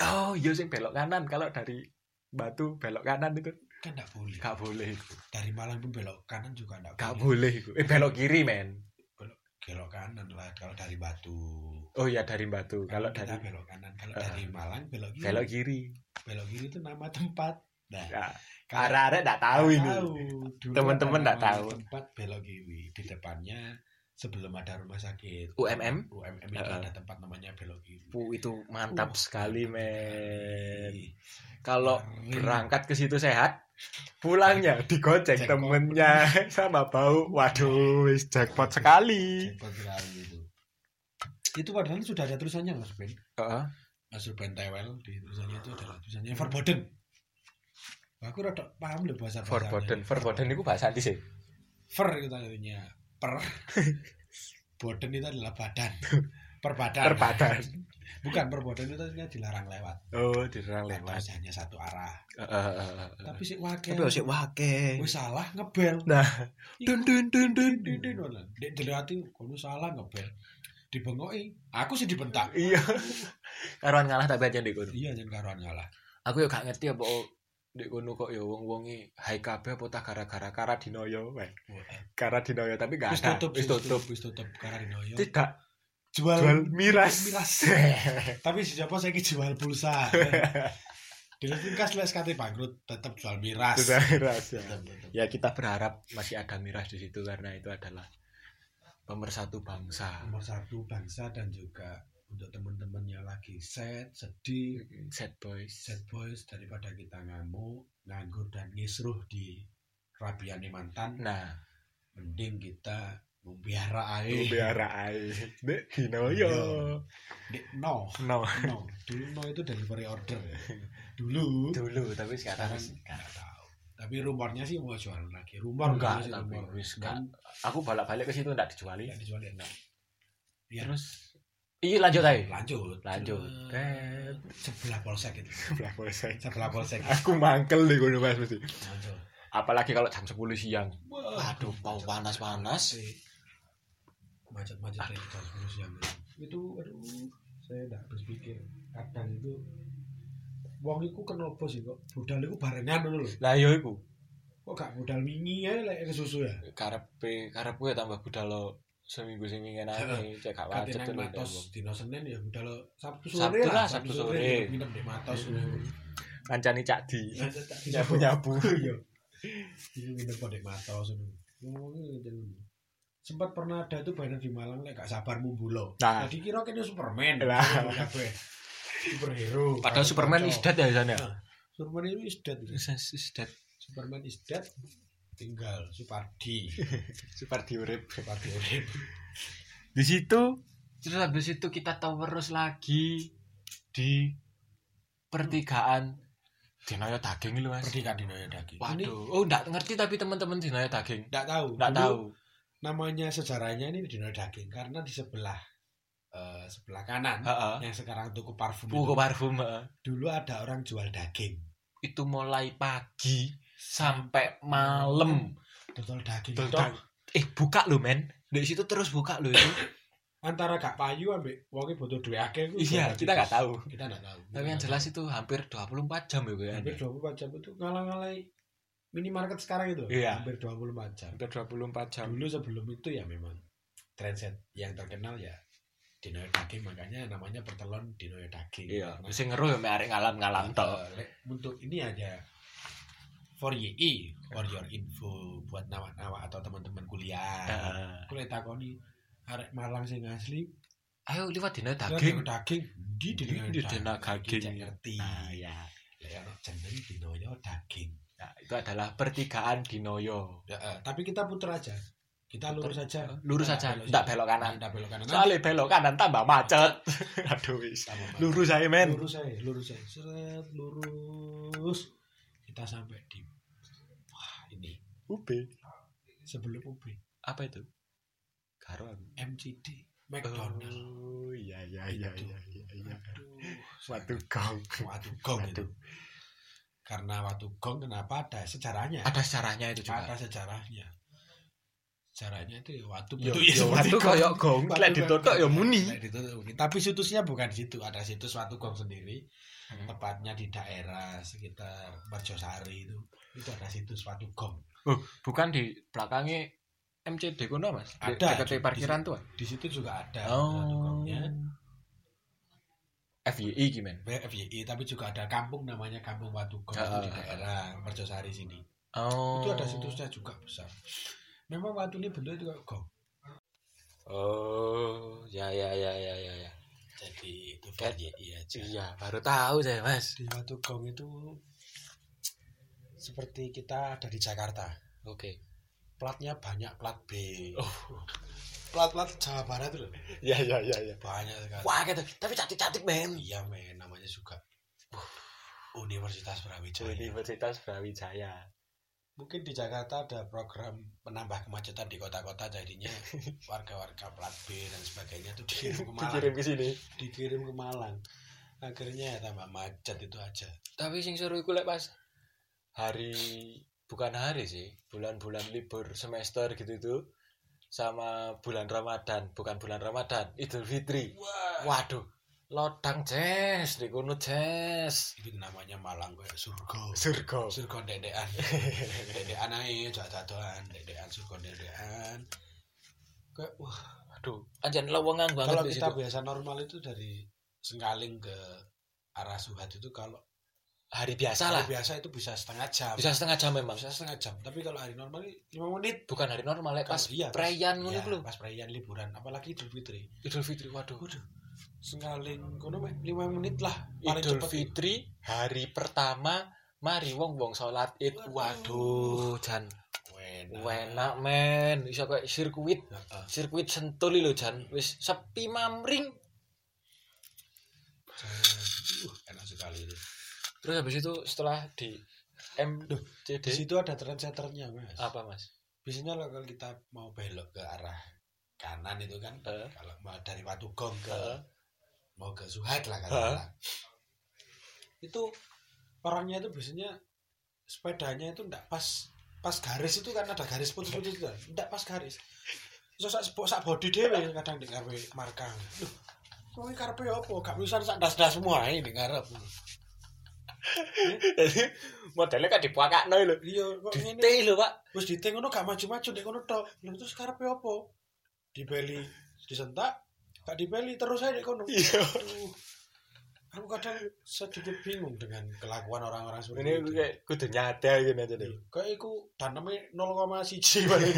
[SPEAKER 1] oh iya sing belok kanan kalau dari batu belok kanan itu
[SPEAKER 2] kan ndak boleh
[SPEAKER 1] gak boleh itu.
[SPEAKER 2] dari Malang pun belok kanan juga ndak
[SPEAKER 1] Gak boleh itu. Eh belok kiri men.
[SPEAKER 2] belok kanan lah kalau dari Batu
[SPEAKER 1] Oh iya dari batu. Kalau
[SPEAKER 2] kita
[SPEAKER 1] dari
[SPEAKER 2] belok kanan kalau
[SPEAKER 1] Eh.
[SPEAKER 2] dari Malang belok kiri
[SPEAKER 1] belok kiri.
[SPEAKER 2] belok kiri itu nama tempat nah
[SPEAKER 1] Ya,
[SPEAKER 2] kalau-
[SPEAKER 1] arek-arek nggak tahu ini.
[SPEAKER 2] Dulu
[SPEAKER 1] Teman-teman
[SPEAKER 2] ada
[SPEAKER 1] nggak tahu.
[SPEAKER 2] Tempat belok kiri di depannya sebelum ada rumah sakit.
[SPEAKER 1] UMM?
[SPEAKER 2] UMM itu
[SPEAKER 1] Heeh.
[SPEAKER 2] ada tempat namanya belok kiri.
[SPEAKER 1] Pu, itu mantap
[SPEAKER 2] Uh,
[SPEAKER 1] sekali men.
[SPEAKER 2] Keren.
[SPEAKER 1] Kalau berangkat ke situ sehat, pulangnya digoceng
[SPEAKER 2] Jackpot.
[SPEAKER 1] temennya sama bau. Waduh, wis jackpot sekali.
[SPEAKER 2] Jackpot sekali itu. Itu padahal sudah ada tulisannya Mas Ben.
[SPEAKER 1] Heeh.
[SPEAKER 2] Mas Ruben Tewel di tulisannya itu adalah tulisannya Verboden. Aku rada paham loh bahasa bahasanya.
[SPEAKER 1] Verboten, verboten itu bahasa di sih.
[SPEAKER 2] Ver itu artinya gitu per. Boden itu adalah badan. Perbadan.
[SPEAKER 1] Perbadan.
[SPEAKER 2] Bukan perboden itu artinya dilarang lewat.
[SPEAKER 1] Oh, diserang
[SPEAKER 2] Atau
[SPEAKER 1] lewat.
[SPEAKER 2] hanya satu arah.
[SPEAKER 1] Heeh.
[SPEAKER 2] Tapi sih wakil.
[SPEAKER 1] Tapi harus wake.
[SPEAKER 2] Wis salah ngebel.
[SPEAKER 1] Nah, dun dun dun dun dun.
[SPEAKER 2] Dindin ora. Dek dilewati kono salah ngebel. Dibengoki. Aku sih dibentak.
[SPEAKER 1] Iya. Karuan ngalah tapi aja ndek kono.
[SPEAKER 2] Iya yen karuan ngalah.
[SPEAKER 1] Aku ya gak ngerti apa ndek kono kok ya wong-wonge hai kabeh apa tak gara-gara Karadinoyo wae. Karadinoyo tapi gak
[SPEAKER 2] Wis
[SPEAKER 1] ada.
[SPEAKER 2] tutup,
[SPEAKER 1] Wis tutup.
[SPEAKER 2] wis tutup karena dinoyo.
[SPEAKER 1] Tidak
[SPEAKER 2] Jual,
[SPEAKER 1] jual miras.
[SPEAKER 2] miras. Tapi sejapa saya jual pulsa. Dulu tingkas les kate bangkrut tetap jual miras.
[SPEAKER 1] Jual miras ya.
[SPEAKER 2] Tetep, tetep.
[SPEAKER 1] Ya kita berharap masih ada miras di situ karena itu adalah pemersatu bangsa.
[SPEAKER 2] Nomor satu bangsa dan juga untuk teman-teman yang lagi sad, sedih,
[SPEAKER 1] Sad boys.
[SPEAKER 2] Sad Boys daripada kita ngamuk, nganggur dan ngisruh di rabiane mantan,
[SPEAKER 1] Nah, eh.
[SPEAKER 2] mending kita membiara air.
[SPEAKER 1] biara ae. Dek Dinoyo.
[SPEAKER 2] Di, no,
[SPEAKER 1] No.
[SPEAKER 2] no. Dulu no itu delivery order. Dulu.
[SPEAKER 1] Dulu tapi sekarang
[SPEAKER 2] nggak tahu. Tapi rumornya sih mau jualan lagi. Rumor
[SPEAKER 1] Enggak,
[SPEAKER 2] sih,
[SPEAKER 1] tapi
[SPEAKER 2] rumor.
[SPEAKER 1] wis
[SPEAKER 2] Kan
[SPEAKER 1] aku bolak-balik ke situ ndak dijuali.
[SPEAKER 2] nggak dijual ya, nggak. Ya,
[SPEAKER 1] Terus Iya lanjut aja.
[SPEAKER 2] lanjut.
[SPEAKER 1] Lanjut.
[SPEAKER 2] Eh, Sebelah polsek itu.
[SPEAKER 1] Sebelah polsek.
[SPEAKER 2] Sebelah polsek.
[SPEAKER 1] Aku mangkel di gunung mas mesti.
[SPEAKER 2] Lanjut.
[SPEAKER 1] Apalagi kalau jam 10 siang.
[SPEAKER 2] Waduh,
[SPEAKER 1] mau panas-panas.
[SPEAKER 2] macet-macet dari jam 10 siang itu aduh saya tidak habis pikir kadang itu wong iku kenapa sih kok budal iku barengan ngono lho
[SPEAKER 1] Lah yo iku.
[SPEAKER 2] kok gak budal wingi ya lek ke susu ya
[SPEAKER 1] Karepe karep gue tambah budal lo seminggu sing ngenani cek gak wajib tuh.
[SPEAKER 2] Katanya nang Matos dino Senin ya budal Sabtu
[SPEAKER 1] Sabtu
[SPEAKER 2] sore
[SPEAKER 1] lah, Sabtu sore. Iya.
[SPEAKER 2] nginep di Matos Iya,
[SPEAKER 1] Kancani Cak Di.
[SPEAKER 2] nyapu
[SPEAKER 1] Nyapu-nyapu.
[SPEAKER 2] Iya. Iya nginep kok di Matos ngono. Ngomongnya gitu. Sempat pernah ada tuh banner di Malang lek gak sabar mumbulo.
[SPEAKER 1] Nah.
[SPEAKER 2] Nah, dikira kene Superman.
[SPEAKER 1] Lah.
[SPEAKER 2] Kabeh. Superhero.
[SPEAKER 1] Padahal Superman is dead ya sana.
[SPEAKER 2] Nah, Superman itu is dead. gitu.
[SPEAKER 1] Is dead.
[SPEAKER 2] Superman is dead. Tinggal Supardi.
[SPEAKER 1] Super diurip.
[SPEAKER 2] Supardi urip.
[SPEAKER 1] Di situ terus habis itu kita terus lagi di pertigaan Dinoyo daging lu mas.
[SPEAKER 2] Perdikan di Noya Daging. Ini
[SPEAKER 1] Waduh, oh nggak ngerti tapi teman-teman Dinoyo daging.
[SPEAKER 2] ndak tahu.
[SPEAKER 1] Nggak
[SPEAKER 2] Dulu
[SPEAKER 1] tahu.
[SPEAKER 2] Namanya sejarahnya ini di Noya Daging karena di sebelah eh, sebelah kanan
[SPEAKER 1] Heeh.
[SPEAKER 2] yang sekarang tuku parfum
[SPEAKER 1] Buku
[SPEAKER 2] itu,
[SPEAKER 1] parfum heeh.
[SPEAKER 2] dulu ada orang jual daging
[SPEAKER 1] itu mulai pagi sampai malam.
[SPEAKER 2] dodol daging
[SPEAKER 1] Dodol
[SPEAKER 2] tok.
[SPEAKER 1] daging. Eh buka lu men. Dari situ terus buka lu itu.
[SPEAKER 2] antara gak payu ambek wonge butuh duwe akeh iku
[SPEAKER 1] iya, kita
[SPEAKER 2] jual daging.
[SPEAKER 1] nggak tahu.
[SPEAKER 2] kita nggak tahu
[SPEAKER 1] Tapi yang jelas itu hampir 24 jam ya gue.
[SPEAKER 2] hampir 24 jam itu ngalah-ngalai minimarket sekarang itu
[SPEAKER 1] Iya.
[SPEAKER 2] hampir 24 jam
[SPEAKER 1] Hampir 24 jam.
[SPEAKER 2] dulu sebelum itu ya memang trendset yang terkenal ya Dino Daging makanya namanya pertelon Dino Daging
[SPEAKER 1] Iya,
[SPEAKER 2] Karena-
[SPEAKER 1] mesti ngeru ya mek arek ngalam-ngalam tok.
[SPEAKER 2] Eh, lek untuk ini aja for YI for your info buat nawak-nawak atau teman-teman kuliah
[SPEAKER 1] Heeh.
[SPEAKER 2] kuliah takoni arek Malang sing asli
[SPEAKER 1] Ah. Ayo liwat dino daging.
[SPEAKER 2] daging daging di
[SPEAKER 1] Di dina daging.
[SPEAKER 2] Cek ngerti
[SPEAKER 1] Nah, ya.
[SPEAKER 2] Lah, ya, ono jeneng dinoyo daging
[SPEAKER 1] Nah, itu adalah pertigaan Dinoyo.
[SPEAKER 2] Ya, eh, tapi kita puter aja kita lurus aja
[SPEAKER 1] Lurus
[SPEAKER 2] Nggak
[SPEAKER 1] aja,
[SPEAKER 2] belok
[SPEAKER 1] enggak
[SPEAKER 2] sini. Nah,
[SPEAKER 1] belok kanan.
[SPEAKER 2] Nggak belok kanan
[SPEAKER 1] Soalnya belok kanan tambah macet. Aduh wis.
[SPEAKER 2] Sama banget.
[SPEAKER 1] Lurus ae men.
[SPEAKER 2] lurus aja lurus aja seret lurus kita sampai di wah ini
[SPEAKER 1] UB.
[SPEAKER 2] sebelum UB
[SPEAKER 1] Apa itu? Karo aku.
[SPEAKER 2] MCD McDonald
[SPEAKER 1] Oh, iya iya iya
[SPEAKER 2] Itu.
[SPEAKER 1] iya iya. iya.
[SPEAKER 2] Aduh,
[SPEAKER 1] Waduh kau.
[SPEAKER 2] waktu gong itu
[SPEAKER 1] Waduh.
[SPEAKER 2] karena waktu gong kenapa ada sejarahnya
[SPEAKER 1] Ada sejarahnya itu juga.
[SPEAKER 2] ada sejarahnya sejarahnya itu ya waktu
[SPEAKER 1] Yo,
[SPEAKER 2] bentuknya
[SPEAKER 1] yo,
[SPEAKER 2] seperti
[SPEAKER 1] watu ya
[SPEAKER 2] gong.
[SPEAKER 1] koyok iya, gong,
[SPEAKER 2] Watu
[SPEAKER 1] lek
[SPEAKER 2] gong.
[SPEAKER 1] ditotok ya muni.
[SPEAKER 2] Lek ditutup muni. tapi situsnya bukan di situ ada situs waktu gong sendiri
[SPEAKER 1] Hmm.
[SPEAKER 2] tepatnya di daerah sekitar Merjosari itu itu ada situs Watu Gong
[SPEAKER 1] Oh, bukan di belakangnya MCD kono Mas. Di-
[SPEAKER 2] Ada,
[SPEAKER 1] Dekat
[SPEAKER 2] di-
[SPEAKER 1] parkiran tuh.
[SPEAKER 2] di situ juga ada Watu
[SPEAKER 1] Oh.
[SPEAKER 2] Gongnya
[SPEAKER 1] FYI gimana?
[SPEAKER 2] FYI tapi juga ada kampung namanya Kampung Watu Gong
[SPEAKER 1] Ah, ah, ah.
[SPEAKER 2] di daerah Merjosari sini
[SPEAKER 1] Oh.
[SPEAKER 2] itu ada situsnya juga besar memang watu ini bentuknya itu kayak gong
[SPEAKER 1] Oh, ya ya ya ya ya ya.
[SPEAKER 2] jadi itu
[SPEAKER 1] Kayak-
[SPEAKER 2] FYI aja
[SPEAKER 1] Eh, Iya, baru tahu saya, Mas.
[SPEAKER 2] di Watu Gong itu seperti kita ada di Jakarta
[SPEAKER 1] Oke.
[SPEAKER 2] platnya banyak plat B
[SPEAKER 1] Oh.
[SPEAKER 2] plat-plat Jawa Barat itu loh
[SPEAKER 1] Ya ya ya ya.
[SPEAKER 2] banyak sekali
[SPEAKER 1] Wah, gitu. Tapi cantik-cantik, men.
[SPEAKER 2] Iya men, namanya juga Universitas Brawijaya.
[SPEAKER 1] Universitas Brawijaya.
[SPEAKER 2] Mungkin di Jakarta ada program penambah kemacetan di kota-kota jadinya warga-warga plat B dan sebagainya itu dikirim ke Malang,
[SPEAKER 1] Dikirim ke sini.
[SPEAKER 2] dikirim ke Malang. Akhirnya ya tambah macet itu aja.
[SPEAKER 1] Tapi sing seru iku lek pas hari bukan hari sih, bulan-bulan libur semester gitu itu sama bulan Ramadan, bukan bulan Ramadan, Idul Fitri.
[SPEAKER 2] Wah,
[SPEAKER 1] Waduh, lodang jazz, di kono jazz.
[SPEAKER 2] itu namanya Malang kayak surga.
[SPEAKER 1] Surga.
[SPEAKER 2] Surga dedean. dedean ae, jatuh-jatuhan, dedean surga dedean. Kayak wah,
[SPEAKER 1] Aduh, anjan lowongan banget
[SPEAKER 2] kalau
[SPEAKER 1] di
[SPEAKER 2] kita
[SPEAKER 1] situ.
[SPEAKER 2] biasa normal itu dari Sengkaling ke arah Suhat itu kalau
[SPEAKER 1] Hari biasa lah.
[SPEAKER 2] Hari biasa itu bisa setengah jam. Bisa.
[SPEAKER 1] Bisa setengah jam memang.
[SPEAKER 2] setengah jam. Tapi kalau hari normal ini lima menit.
[SPEAKER 1] Bukan hari normal lek
[SPEAKER 2] Kalau
[SPEAKER 1] pas
[SPEAKER 2] iya, pas-
[SPEAKER 1] perayaan ngono
[SPEAKER 2] Ya,
[SPEAKER 1] iku lho.
[SPEAKER 2] pas perayaan liburan, apalagi Idul Fitri.
[SPEAKER 1] Idul Fitri. Waduh.
[SPEAKER 2] Waduh. Sengkaling kono meh, lima menit lah paling
[SPEAKER 1] Idul
[SPEAKER 2] cepet. ya.
[SPEAKER 1] Fitri hari pertama mari wong wong sholat id waduh
[SPEAKER 2] Waduh.
[SPEAKER 1] jan
[SPEAKER 2] Wena.
[SPEAKER 1] enak men iso kayak sirkuit
[SPEAKER 2] Heeh.
[SPEAKER 1] sirkuit sentoli lho jan wis sepi mamring
[SPEAKER 2] Jan. Uh, enak sekali itu.
[SPEAKER 1] terus habis itu setelah di
[SPEAKER 2] Duh, Di
[SPEAKER 1] MCD
[SPEAKER 2] situ ada trendsetternya, Mas.
[SPEAKER 1] apa mas
[SPEAKER 2] Biasanya lah kalau kita mau belok ke arah kanan itu kan
[SPEAKER 1] Eh.
[SPEAKER 2] kalau mau dari Watu Gong ke
[SPEAKER 1] Eh.
[SPEAKER 2] mau ke Suhat lah katakanlah. Itu orangnya itu biasanya sepedanya itu ndak pas pas garis itu kan ada garis putus-putus itu, ndak pas garis. Terus sak sak- sak body dhewe kadang dengar marka. Loh, wong iki karepe opo? Gak bisa sak das-das semua ini dengar
[SPEAKER 1] jadi modelnya kan dipakakno lho
[SPEAKER 2] Iya, kok ngene.
[SPEAKER 1] detail lho pak
[SPEAKER 2] Wis diting ngono gak maju-maju nek ngono tok. Lho terus karepe opo? Dibeli disentak, gak dibeli terus aja nek kono.
[SPEAKER 1] iya
[SPEAKER 2] Aduh. Aku kadang sedikit bingung dengan kelakuan orang-orang seperti
[SPEAKER 1] ini
[SPEAKER 2] itu.
[SPEAKER 1] kayak kudu nyadar gitu aja deh
[SPEAKER 2] Kayak iku tanamnya 0,1 paling.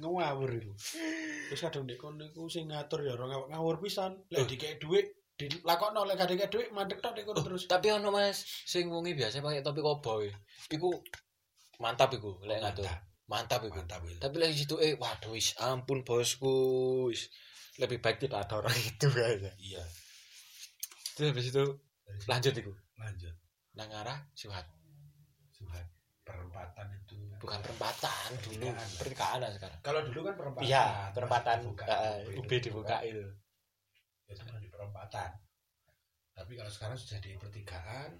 [SPEAKER 2] Ngawur iku. Terus kadang nek kono iku sing ngatur ya orang ngawur- ngawur pisan.
[SPEAKER 1] Oh.
[SPEAKER 2] Lek dikek dhuwit dilakokno lek gak dikek dhuwit mandek tok nek kono terus.
[SPEAKER 1] tapi ono mas sing wongi biasa pakai topi koboi iku mantap iku lek ngatur mantap
[SPEAKER 2] Mantap.
[SPEAKER 1] iku
[SPEAKER 2] Mantap itu.
[SPEAKER 1] tapi lagi situ eh waduh wis ampun bosku wis lebih baik tidak ada orang itu aja
[SPEAKER 2] Iya.
[SPEAKER 1] terus habis itu lanjut itu
[SPEAKER 2] Lanjut.
[SPEAKER 1] nang arah suhat
[SPEAKER 2] Suhat. Perempatan itu.
[SPEAKER 1] bukan perempatan dulu
[SPEAKER 2] Pertigaan.
[SPEAKER 1] pertigaan lah sekarang
[SPEAKER 2] Kalau dulu kan perempatan.
[SPEAKER 1] iya perempatan
[SPEAKER 2] Dibuka.
[SPEAKER 1] eh, UB dibuka itu
[SPEAKER 2] itu kan di perempatan tapi kalau sekarang sudah di pertigaan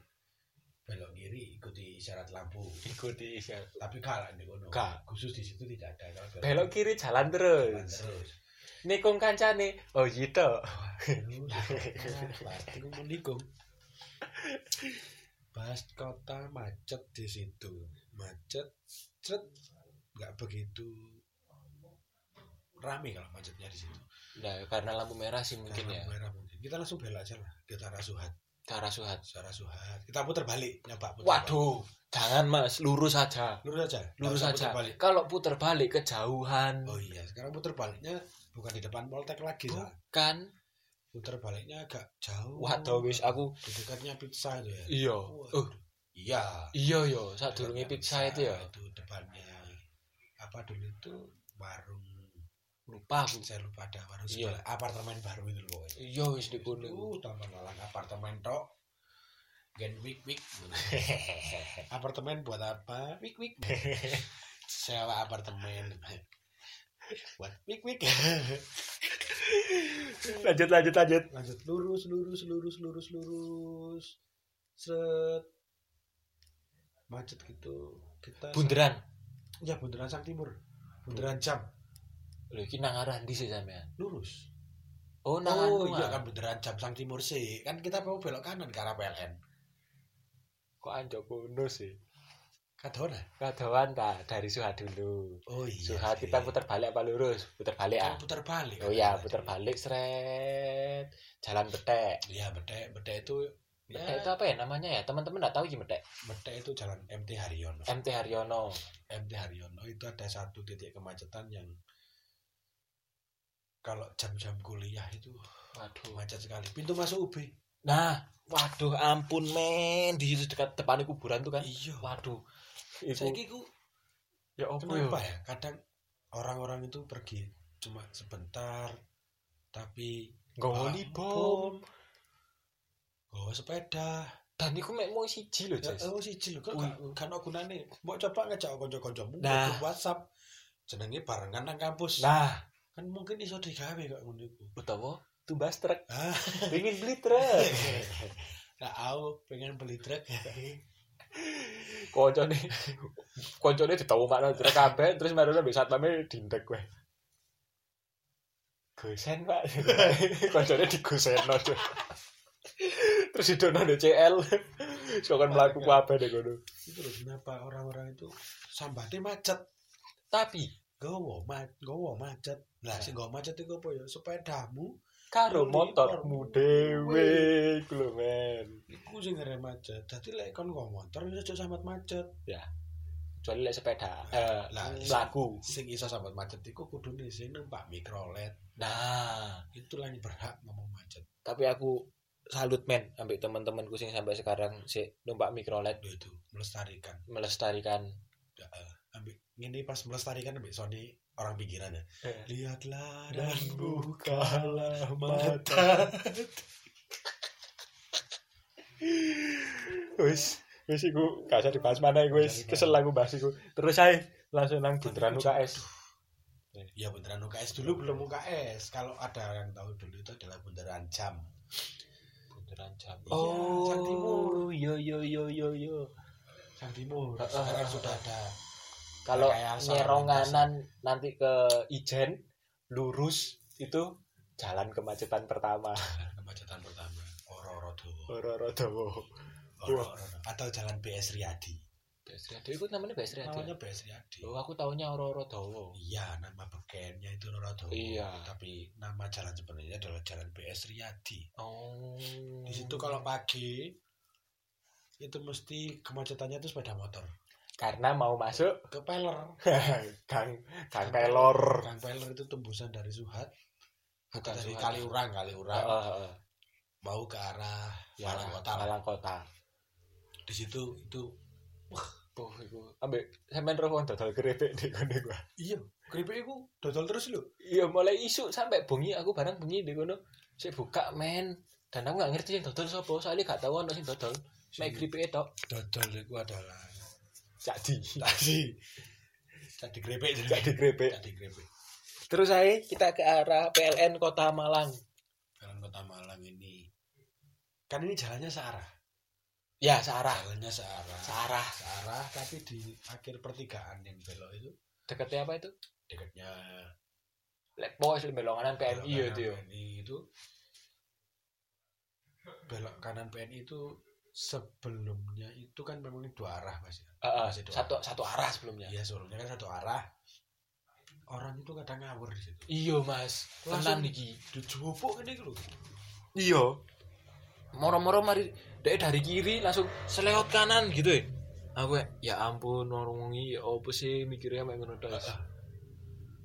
[SPEAKER 2] belok kiri ikuti isyarat lampu
[SPEAKER 1] ikuti ya.
[SPEAKER 2] tapi kalah di kono
[SPEAKER 1] Gak.
[SPEAKER 2] khusus di situ tidak ada kalau
[SPEAKER 1] belok kiri jalan
[SPEAKER 2] jalan
[SPEAKER 1] terus
[SPEAKER 2] terus
[SPEAKER 1] nikung kancane oh gitu
[SPEAKER 2] berarti kamu nikung bahas kota macet di situ macet cet nggak begitu rame kalau macetnya di situ
[SPEAKER 1] nah karena lampu merah sih mungkin
[SPEAKER 2] Karena
[SPEAKER 1] ya
[SPEAKER 2] merah mungkin. kita langsung belok aja lah kita arah Suhat
[SPEAKER 1] ke arah suhat
[SPEAKER 2] ke arah Suhat kita putar balik nyoba putar balik.
[SPEAKER 1] waduh jangan mas lurus aja
[SPEAKER 2] lurus aja
[SPEAKER 1] lurus
[SPEAKER 2] Nggak usah
[SPEAKER 1] aja
[SPEAKER 2] putar balik.
[SPEAKER 1] kalau puter balik kejauhan
[SPEAKER 2] oh iya sekarang putar baliknya bukan di depan poltek lagi
[SPEAKER 1] Oh.
[SPEAKER 2] lah
[SPEAKER 1] bukan
[SPEAKER 2] putar baliknya agak jauh
[SPEAKER 1] kan? waduh wis aku
[SPEAKER 2] di dekatnya pizza itu ya
[SPEAKER 1] Iya.
[SPEAKER 2] Waduh.
[SPEAKER 1] Oh,
[SPEAKER 2] iya
[SPEAKER 1] iya ya, sadurunge pizza itu ya.
[SPEAKER 2] itu depannya apa dulu itu warung
[SPEAKER 1] Lupa aku.
[SPEAKER 2] saya lupa ada warung
[SPEAKER 1] Ah. Iya.
[SPEAKER 2] sebelah apartemen baru itu loh pokoknya
[SPEAKER 1] Iya wis di kono.
[SPEAKER 2] uh taman lalang apartemen tok gen wik wik apartemen buat apa wik wik sewa apartemen
[SPEAKER 1] Buat wik wik. lanjut lanjut lanjut.
[SPEAKER 2] lanjut lurus lurus lurus lurus lurus seret macet gitu kita
[SPEAKER 1] Bunderan.
[SPEAKER 2] ya bundaran sang timur bundaran jam
[SPEAKER 1] Lho iki nang arah ndi sih sampean?
[SPEAKER 2] lurus
[SPEAKER 1] Oh nang
[SPEAKER 2] oh
[SPEAKER 1] anu, ah.
[SPEAKER 2] iya kan bundaran jam sang timur sih kan kita mau belok kanan ke arah PLN
[SPEAKER 1] Kok anjok kono sih?
[SPEAKER 2] kadona
[SPEAKER 1] Kadawan ta dari Suha dulu.
[SPEAKER 2] oh
[SPEAKER 1] Suha kita putar balik apa lurus? Putar balik
[SPEAKER 2] kan
[SPEAKER 1] ah.
[SPEAKER 2] putar balik kan?
[SPEAKER 1] Oh Iya iya, putar balik seret. Jalan Betek.
[SPEAKER 2] ya betek betek itu ya
[SPEAKER 1] Betek itu apa ya namanya ya? Teman-teman nggak tahu gimana Betek.
[SPEAKER 2] betek itu jalan MT Haryono
[SPEAKER 1] MT Haryono.
[SPEAKER 2] MT Haryono itu ada satu titik kemacetan yang kalau jam-jam kuliah itu
[SPEAKER 1] Waduh.
[SPEAKER 2] macet sekali pintu masuk UB
[SPEAKER 1] Nah, waduh ampun men, di situ dekat depan kuburan tuh kan.
[SPEAKER 2] iya
[SPEAKER 1] Waduh.
[SPEAKER 2] saya
[SPEAKER 1] Itu
[SPEAKER 2] kiku
[SPEAKER 1] ya opo ya?
[SPEAKER 2] kenapa ya kadang orang-orang itu pergi cuma sebentar tapi
[SPEAKER 1] Nggawa
[SPEAKER 2] bawa
[SPEAKER 1] bom.
[SPEAKER 2] bawa sepeda
[SPEAKER 1] Dan iku mek mung siji lho,
[SPEAKER 2] ya,
[SPEAKER 1] Jess.
[SPEAKER 2] oh siji lho kok
[SPEAKER 1] Iya. Wih.
[SPEAKER 2] gak gak ono gunane mbok coba ngejak kanca-kancamu
[SPEAKER 1] Nah.
[SPEAKER 2] grup WhatsApp jenenge barengan nang kampus
[SPEAKER 1] Nah,
[SPEAKER 2] kan mungkin iso digawe kok ngono iku
[SPEAKER 1] utawa tumbas truk.
[SPEAKER 2] Ah.
[SPEAKER 1] Pengen beli truk.
[SPEAKER 2] nah aku pengen beli truk
[SPEAKER 1] Koncone koncone ditowomakno truk kabeh terus marono mbek satpame dindek kowe. Gosen, Pak. Koncone digosenno. Cuk. Terus didono ndek CL. Sok kan mlaku kabeh nek ngono.
[SPEAKER 2] itu lho kenapa orang-orang itu sambate macet
[SPEAKER 1] Tapi
[SPEAKER 2] gowo ma gowo macet lah sing gowo macet iku apa ya sepedamu
[SPEAKER 1] karo
[SPEAKER 2] Ini
[SPEAKER 1] motormu
[SPEAKER 2] perlu
[SPEAKER 1] dhewe iku lho men
[SPEAKER 2] iku sing ngerem macet dadi lek kon nggo motor iso aja sambat macet
[SPEAKER 1] kecuali lek sepeda eh
[SPEAKER 2] Lah,
[SPEAKER 1] laku
[SPEAKER 2] sing iso sambat macet iku kudune sing numpak mikrolet
[SPEAKER 1] nah
[SPEAKER 2] itulah yang berhak ngomong macet
[SPEAKER 1] tapi aku salut men ambek teman-temanku sing sampai sekarang si numpak mikrolet
[SPEAKER 2] Lho itu melestarikan
[SPEAKER 1] melestarikan
[SPEAKER 2] Heeh. ambil ini pas melestarikan ambil Sony orang pikiran ya
[SPEAKER 1] Eh.
[SPEAKER 2] lihatlah
[SPEAKER 1] Dan
[SPEAKER 2] dan bukalah mata
[SPEAKER 1] mata. wis wis iku gak usah dibahas mana iku wis kesel aku bahas iku terus ae langsung nang bundaran UKS
[SPEAKER 2] ya bundaran UKS dulu belum UKS kalau ada yang tahu dulu itu adalah bundaran jam
[SPEAKER 1] bundaran jam
[SPEAKER 2] Iya, Jam Timur.
[SPEAKER 1] oh yo yo yo yo yo
[SPEAKER 2] jam timur
[SPEAKER 1] Heeh.
[SPEAKER 2] sekarang sudah ada
[SPEAKER 1] kalau
[SPEAKER 2] Rekayasa
[SPEAKER 1] nyeronganan nanti ke Ijen lurus itu jalan kemacetan pertama
[SPEAKER 2] kemacetan pertama Ororodo
[SPEAKER 1] Rorodowo
[SPEAKER 2] Ororodo atau jalan BS Riyadi
[SPEAKER 1] Besriado itu namanya Besriado
[SPEAKER 2] namanya BS Riyadi
[SPEAKER 1] Iya, oh aku tahunya Rorodowo
[SPEAKER 2] iya nama bekennya itu Ororodo
[SPEAKER 1] Iya.
[SPEAKER 2] tapi nama jalan sebenarnya adalah jalan BS Riyadi
[SPEAKER 1] oh
[SPEAKER 2] di situ kalau pagi itu mesti kemacetannya itu sepeda motor
[SPEAKER 1] karena mau masuk
[SPEAKER 2] ke Peler
[SPEAKER 1] Gang Gang Pelor
[SPEAKER 2] Gang Peler itu tembusan dari Suhat atau
[SPEAKER 1] Bukan
[SPEAKER 2] dari
[SPEAKER 1] Suhat.
[SPEAKER 2] Kaliurang Kaliurang
[SPEAKER 1] Heeh, heeh.
[SPEAKER 2] mau ke arah
[SPEAKER 1] Ya,
[SPEAKER 2] Malang Kota lah.
[SPEAKER 1] Malang Kota
[SPEAKER 2] di situ itu
[SPEAKER 1] Buh, iku ambek sampean roh dodol keripik di kono gua.
[SPEAKER 2] iya keripik itu dodol terus lho
[SPEAKER 1] Iya, mulai isuk sampai bengi aku barang bengi di kono. Sik buka men. Dan aku gak ngerti sing dodol sapa, soalnya gak tau ono sing dodol. Mek gripike tok.
[SPEAKER 2] dodol itu adalah
[SPEAKER 1] Jadi,
[SPEAKER 2] tadi tadi keripik
[SPEAKER 1] jadi
[SPEAKER 2] jadi
[SPEAKER 1] gripik.
[SPEAKER 2] tadi keripik
[SPEAKER 1] Terus ae kita ke arah PLN Kota Malang.
[SPEAKER 2] Jalan Kota Malang ini kan ini jalannya searah
[SPEAKER 1] Ya, searah.
[SPEAKER 2] jalannya searah
[SPEAKER 1] Searah.
[SPEAKER 2] searah tapi di akhir pertigaan yang belok itu
[SPEAKER 1] Deketnya apa itu?
[SPEAKER 2] dekatnya
[SPEAKER 1] Lek pokoke sing belonganan PMI yo
[SPEAKER 2] Belok
[SPEAKER 1] Iya, itu ya. yo.
[SPEAKER 2] kanan PNI itu belok kanan PNI itu sebelumnya itu kan memang dua arah mas ya.
[SPEAKER 1] Heeh,
[SPEAKER 2] Masih dua.
[SPEAKER 1] satu satu arah sebelumnya.
[SPEAKER 2] Iya sebelumnya kan satu arah. Orang itu kadang ngawur di situ.
[SPEAKER 1] Iya, Mas. Tenan
[SPEAKER 2] Langsung-
[SPEAKER 1] iki.
[SPEAKER 2] Dijupuk ini gitu.
[SPEAKER 1] Iya. Moro-moro mari dek dari kiri langsung seleot kanan gitu ya. Aku kayak, ya ampun orang ini ya apa sih mikirnya mek ngono tok.
[SPEAKER 2] Heeh.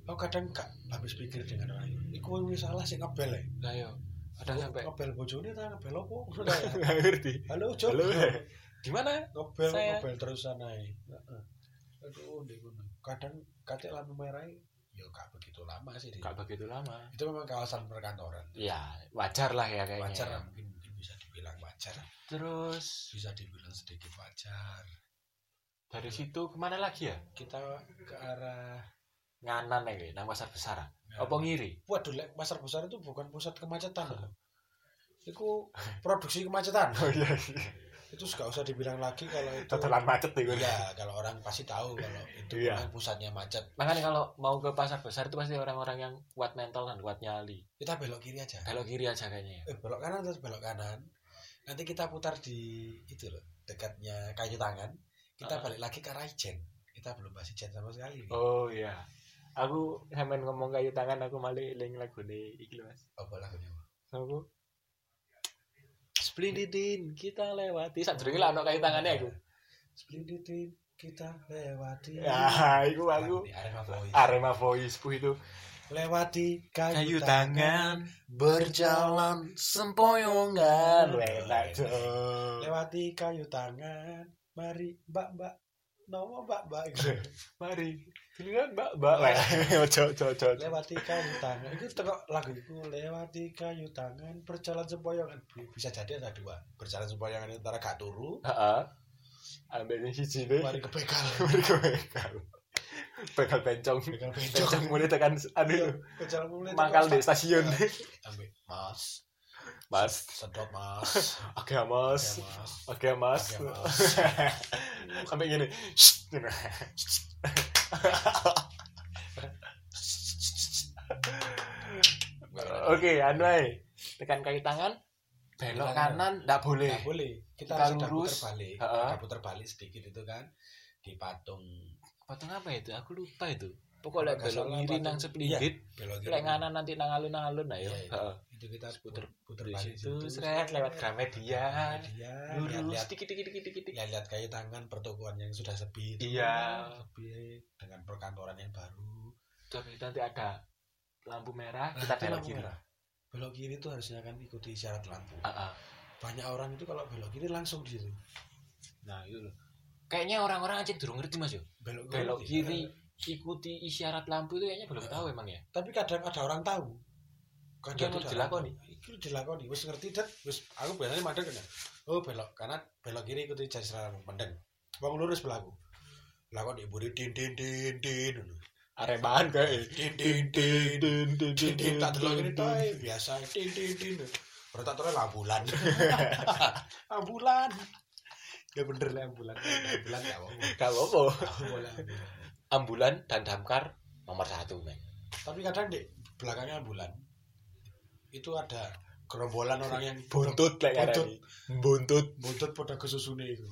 [SPEAKER 2] Oh kadang gak habis pikir dengan orang itu. Iku yang salah sih ngebel ya.
[SPEAKER 1] Lah yo. Kadang
[SPEAKER 2] Oh,
[SPEAKER 1] sampai ya.
[SPEAKER 2] Ngebel bojone ta ngebel opo?
[SPEAKER 1] Nggak ngerti.
[SPEAKER 2] Halo, Jok.
[SPEAKER 1] Halo. Di mana?
[SPEAKER 2] Ngebel
[SPEAKER 1] Saya.
[SPEAKER 2] ngebel terus ae. Heeh. Aduh, ndek ngono. Kadang kate lampu merah ya gak begitu lama sih. Di.
[SPEAKER 1] Gak begitu lama.
[SPEAKER 2] itu memang kawasan perkantoran
[SPEAKER 1] Ya, wajar lah ya kayaknya.
[SPEAKER 2] wajar lah mungkin, mungkin bisa dibilang wajar
[SPEAKER 1] Terus
[SPEAKER 2] bisa dibilang sedikit wajar
[SPEAKER 1] Iya. dari situ kemana lagi ya?
[SPEAKER 2] kita ke arah
[SPEAKER 1] nganan nih nang pasar besar
[SPEAKER 2] Ya.
[SPEAKER 1] apa ngiri
[SPEAKER 2] Waduh, lek pasar besar itu bukan pusat kemacetan. loh. Itu produksi kemacetan.
[SPEAKER 1] oh iya
[SPEAKER 2] Itu nggak usah dibilang lagi kalau itu.
[SPEAKER 1] tetelan macet nih gue
[SPEAKER 2] Ya, kalau orang pasti tahu kalau itu
[SPEAKER 1] Iya.
[SPEAKER 2] memang pusatnya macet.
[SPEAKER 1] makanya kalau mau ke pasar besar itu pasti orang-orang yang kuat mental dan kuat nyali
[SPEAKER 2] Kita belok kiri aja.
[SPEAKER 1] kalau kiri aja kayaknya ya
[SPEAKER 2] Eh, belok kanan terus belok kanan. Nanti kita putar di itu loh, dekatnya kayu tangan. Kita
[SPEAKER 1] Ah.
[SPEAKER 2] balik lagi ke arah Ijen. Kita belum bahas Ijen sama sekali.
[SPEAKER 1] oh
[SPEAKER 2] Oh,
[SPEAKER 1] iya aku sampean ngomong kayu tangan aku malah eling lagune iki lho, Mas
[SPEAKER 2] apa lagunya?
[SPEAKER 1] aku Splendidin, kita lewati. Saat lah anak kayu tangannya aku.
[SPEAKER 2] Splendidin, kita lewati. Nah,
[SPEAKER 1] Ya, iku aku.
[SPEAKER 2] Ini Arema Boys.
[SPEAKER 1] Arema Voice bu itu
[SPEAKER 2] Lewati kayu,
[SPEAKER 1] kayu
[SPEAKER 2] tangan.
[SPEAKER 1] tangan berjalan sempoyongan
[SPEAKER 2] Enak,
[SPEAKER 1] enak tuh
[SPEAKER 2] Lewati kayu tangan. Mari mbak mbak. Nomo mbak mbak.
[SPEAKER 1] mari dengan kan, mbak mbak ojo ojo ojo
[SPEAKER 2] lewati kayu tangan. Itu tekok lagu itu. Lewati kayu tangan. Berjalan sempoyongan. Bisa jadi ada dua. Berjalan sempoyongan antara gak turu.
[SPEAKER 1] Heeh. ambil yang hiji deh
[SPEAKER 2] Mari ke begal.
[SPEAKER 1] mari gue begal begal bencong
[SPEAKER 2] Begal
[SPEAKER 1] bencong
[SPEAKER 2] bencong.
[SPEAKER 1] mulai tekan
[SPEAKER 2] Iya,
[SPEAKER 1] anu
[SPEAKER 2] Begal mulai. Iya.
[SPEAKER 1] mangkal di stasiun
[SPEAKER 2] Ambil mas.
[SPEAKER 1] mas
[SPEAKER 2] Sedot mas.
[SPEAKER 1] oke mas
[SPEAKER 2] Ya, mas.
[SPEAKER 1] oke mas
[SPEAKER 2] Oke, Mas.
[SPEAKER 1] sampai gini Oke, anu ae. Tekan kaki tangan, belok
[SPEAKER 2] Tekan
[SPEAKER 1] kanan ndak boleh.
[SPEAKER 2] Nah, boleh.
[SPEAKER 1] Kita
[SPEAKER 2] Kita, harus ada
[SPEAKER 1] lurus.
[SPEAKER 2] putar balik.
[SPEAKER 1] Ha-ha.
[SPEAKER 2] Ada putar balik sedikit itu kan di patung
[SPEAKER 1] Patung apa itu? Aku lupa itu. Pokoknya
[SPEAKER 2] Nggak
[SPEAKER 1] belok
[SPEAKER 2] salah,
[SPEAKER 1] kiri
[SPEAKER 2] patung-
[SPEAKER 1] nang seplindit,
[SPEAKER 2] belok kiri.
[SPEAKER 1] lek kanan nanti nang alun-alun ayo.
[SPEAKER 2] Iya, iya.
[SPEAKER 1] Heeh.
[SPEAKER 2] Itu kita putar
[SPEAKER 1] Puter-
[SPEAKER 2] putar
[SPEAKER 1] di
[SPEAKER 2] balik
[SPEAKER 1] situ, seret, lewat Gramedia. Lurus
[SPEAKER 2] Lihat-lihat
[SPEAKER 1] dikit dikit dikit dikit.
[SPEAKER 2] Ya, lihat kayu tangan pertokoan yang sudah sepi. itu.
[SPEAKER 1] Iya.
[SPEAKER 2] Sepi dengan perkantoran yang baru.
[SPEAKER 1] Terus nanti ada lampu merah, Ah, kita
[SPEAKER 2] Itu
[SPEAKER 1] belok
[SPEAKER 2] lampu
[SPEAKER 1] kiri.
[SPEAKER 2] merah. Belok kiri itu harusnya kan ikuti isyarat lampu.
[SPEAKER 1] Heeh.
[SPEAKER 2] Banyak orang itu kalau belok kiri langsung di situ.
[SPEAKER 1] Nah, itu loh. Kayaknya orang-orang aja durung ngerti Mas yo.
[SPEAKER 2] Belok,
[SPEAKER 1] Belok kiri, ikuti isyarat lampu itu kayaknya belum tahu emang ya.
[SPEAKER 2] Tapi kadang ada orang tahu.
[SPEAKER 1] Yang
[SPEAKER 2] ada
[SPEAKER 1] dilakoni.
[SPEAKER 2] Iki dilakoni, wis ngerti dat, wis aku biasanya madeg kena. Oh, belok kanan, belok kiri ikuti jalan selama mendeng. Wong lurus belaku. Lah kok diburi din din din din.
[SPEAKER 1] Aremaan kayak
[SPEAKER 2] Din din din. Din din tak delok ini tae biasa din din din. Baru tak terus ambulan. ambulan. Ya bener lah ambulan. Ambulan ya wong.
[SPEAKER 1] Kalau apa?
[SPEAKER 2] Aku boleh ambulan.
[SPEAKER 1] ambulan dan damkar nomor satu men
[SPEAKER 2] Tapi kadang di belakangnya ambulan. Itu ada gerombolan orang yang
[SPEAKER 1] buntut lah
[SPEAKER 2] Buntut.
[SPEAKER 1] buntut buntut
[SPEAKER 2] buntut pada kesusune itu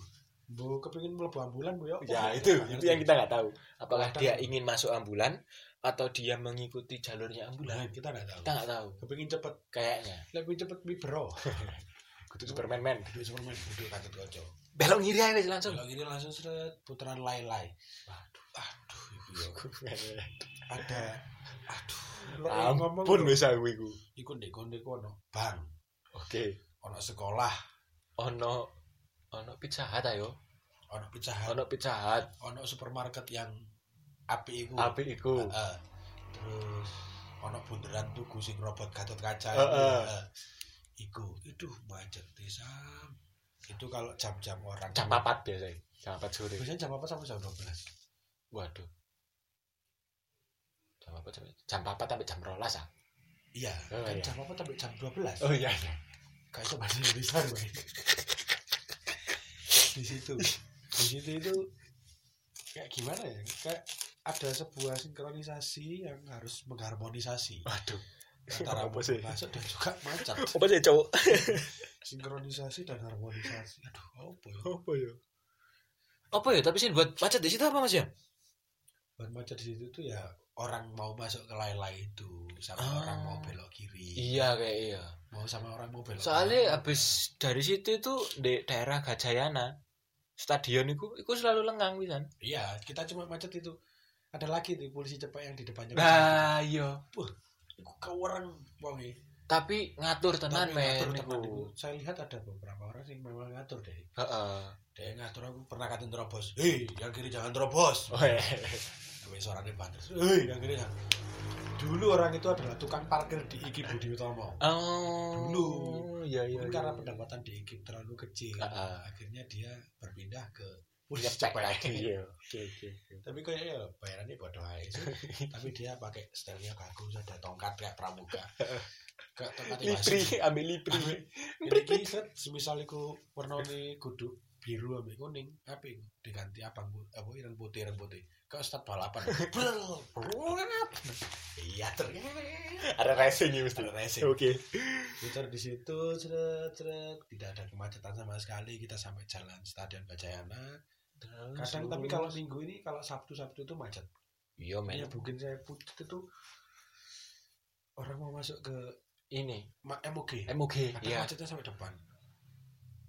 [SPEAKER 2] bu kepingin mlebu ambulan bu ya
[SPEAKER 1] ya itu itu yang kita nggak tahu apakah
[SPEAKER 2] Kadang-
[SPEAKER 1] dia ingin masuk ambulan atau dia mengikuti jalurnya
[SPEAKER 2] nah,
[SPEAKER 1] ambulan
[SPEAKER 2] kita nggak tahu
[SPEAKER 1] kita nggak tahu
[SPEAKER 2] kepingin cepet
[SPEAKER 1] kayaknya
[SPEAKER 2] lebih cepet mi bro
[SPEAKER 1] kudu superman men
[SPEAKER 2] duit superman duit kaget kocok
[SPEAKER 1] belok ngiri aja wes, langsung
[SPEAKER 2] kalau gini langsung seret putaran lay-lay aduh aduh ibu ya ada aduh lo yang ngomong
[SPEAKER 1] ampun
[SPEAKER 2] lo.
[SPEAKER 1] wis aku iku
[SPEAKER 2] ikut deh konde kono bang
[SPEAKER 1] oke
[SPEAKER 2] ono sekolah
[SPEAKER 1] ono ono pizza hut ayo
[SPEAKER 2] ono pizza Hut,
[SPEAKER 1] ono pizza hut
[SPEAKER 2] ono supermarket yang api iku
[SPEAKER 1] api iku
[SPEAKER 2] Heeh. terus ono bunderan tuku sing robot Gatot Kaca
[SPEAKER 1] Heeh.
[SPEAKER 2] itu, heeh. iku itu macet desam itu kalau jam-jam orang
[SPEAKER 1] jam papat biasanya jam papat sore
[SPEAKER 2] biasanya jam apa sampai jam 12
[SPEAKER 1] waduh jam papat sampai- jam papat sampai jam rolas ah
[SPEAKER 2] iya
[SPEAKER 1] Oh,
[SPEAKER 2] kan
[SPEAKER 1] iya.
[SPEAKER 2] jam apa sampai jam 12
[SPEAKER 1] oh iya iya
[SPEAKER 2] kayak itu bahasa Indonesia gue. di situ di situ itu kayak gimana ya kayak ada sebuah sinkronisasi yang harus mengharmonisasi
[SPEAKER 1] waduh
[SPEAKER 2] antara
[SPEAKER 1] Apa sih?
[SPEAKER 2] masuk dan juga macet
[SPEAKER 1] apa sih cowok
[SPEAKER 2] sinkronisasi dan harmonisasi aduh apa ya
[SPEAKER 1] apa ya apa ya tapi sih buat macet di situ apa mas ya
[SPEAKER 2] ban macet di situ tuh ya orang mau masuk ke lain-lain itu sama
[SPEAKER 1] Ah.
[SPEAKER 2] orang mau belok kiri
[SPEAKER 1] iya kayak iya
[SPEAKER 2] mau sama orang mau belok
[SPEAKER 1] soalnya
[SPEAKER 2] kanan.
[SPEAKER 1] habis dari situ itu di daerah Gajayana stadion itu itu selalu lengang pisan
[SPEAKER 2] iya kita cuma macet itu ada lagi tuh polisi cepat yang di depannya
[SPEAKER 1] nah iya
[SPEAKER 2] Iku kau orang wongi
[SPEAKER 1] tapi ngatur tenan
[SPEAKER 2] e. Tapi
[SPEAKER 1] men
[SPEAKER 2] ngatur tenan iku.
[SPEAKER 1] iku.
[SPEAKER 2] saya lihat ada beberapa orang yang memang ngatur deh
[SPEAKER 1] Heeh.
[SPEAKER 2] dia ngatur aku pernah katain terobos hei yang kiri jangan terobos
[SPEAKER 1] Oh, iya.
[SPEAKER 2] tapi suaranya banter hei yang kiri jangan dulu orang itu adalah tukang parkir di Iki Budi Utomo
[SPEAKER 1] oh
[SPEAKER 2] Dulu.
[SPEAKER 1] iya iya
[SPEAKER 2] Mungkin
[SPEAKER 1] iya.
[SPEAKER 2] karena pendapatan di Iki terlalu kecil
[SPEAKER 1] Heeh. Iya,
[SPEAKER 2] akhirnya dia berpindah ke Wih,
[SPEAKER 1] nyepek
[SPEAKER 2] capek.
[SPEAKER 1] lagi ya oke oke oke.
[SPEAKER 2] tapi kayaknya ya bayarannya bodoh aja sih. tapi dia pakai stylenya bagus ada tongkat kayak pramuka ke tempat
[SPEAKER 1] lipri ambil lipri
[SPEAKER 2] ini set semisal iku warnane kudu biru ambek kuning tapi diganti apa apa ireng putih ireng putih ke start balapan Brrr, brrr. iya ternyata
[SPEAKER 1] ada racing ya mesti
[SPEAKER 2] racing
[SPEAKER 1] oke
[SPEAKER 2] putar di situ ceret, ceret. tidak ada kemacetan sama sekali kita sampai jalan stadion Bajayana kadang tapi kalau minggu ini kalau Sabtu Sabtu itu macet
[SPEAKER 1] iya men
[SPEAKER 2] ya mungkin saya putih itu orang mau masuk ke
[SPEAKER 1] ini
[SPEAKER 2] Ma- MOG
[SPEAKER 1] MUG
[SPEAKER 2] kadang
[SPEAKER 1] iya
[SPEAKER 2] macetnya sampai depan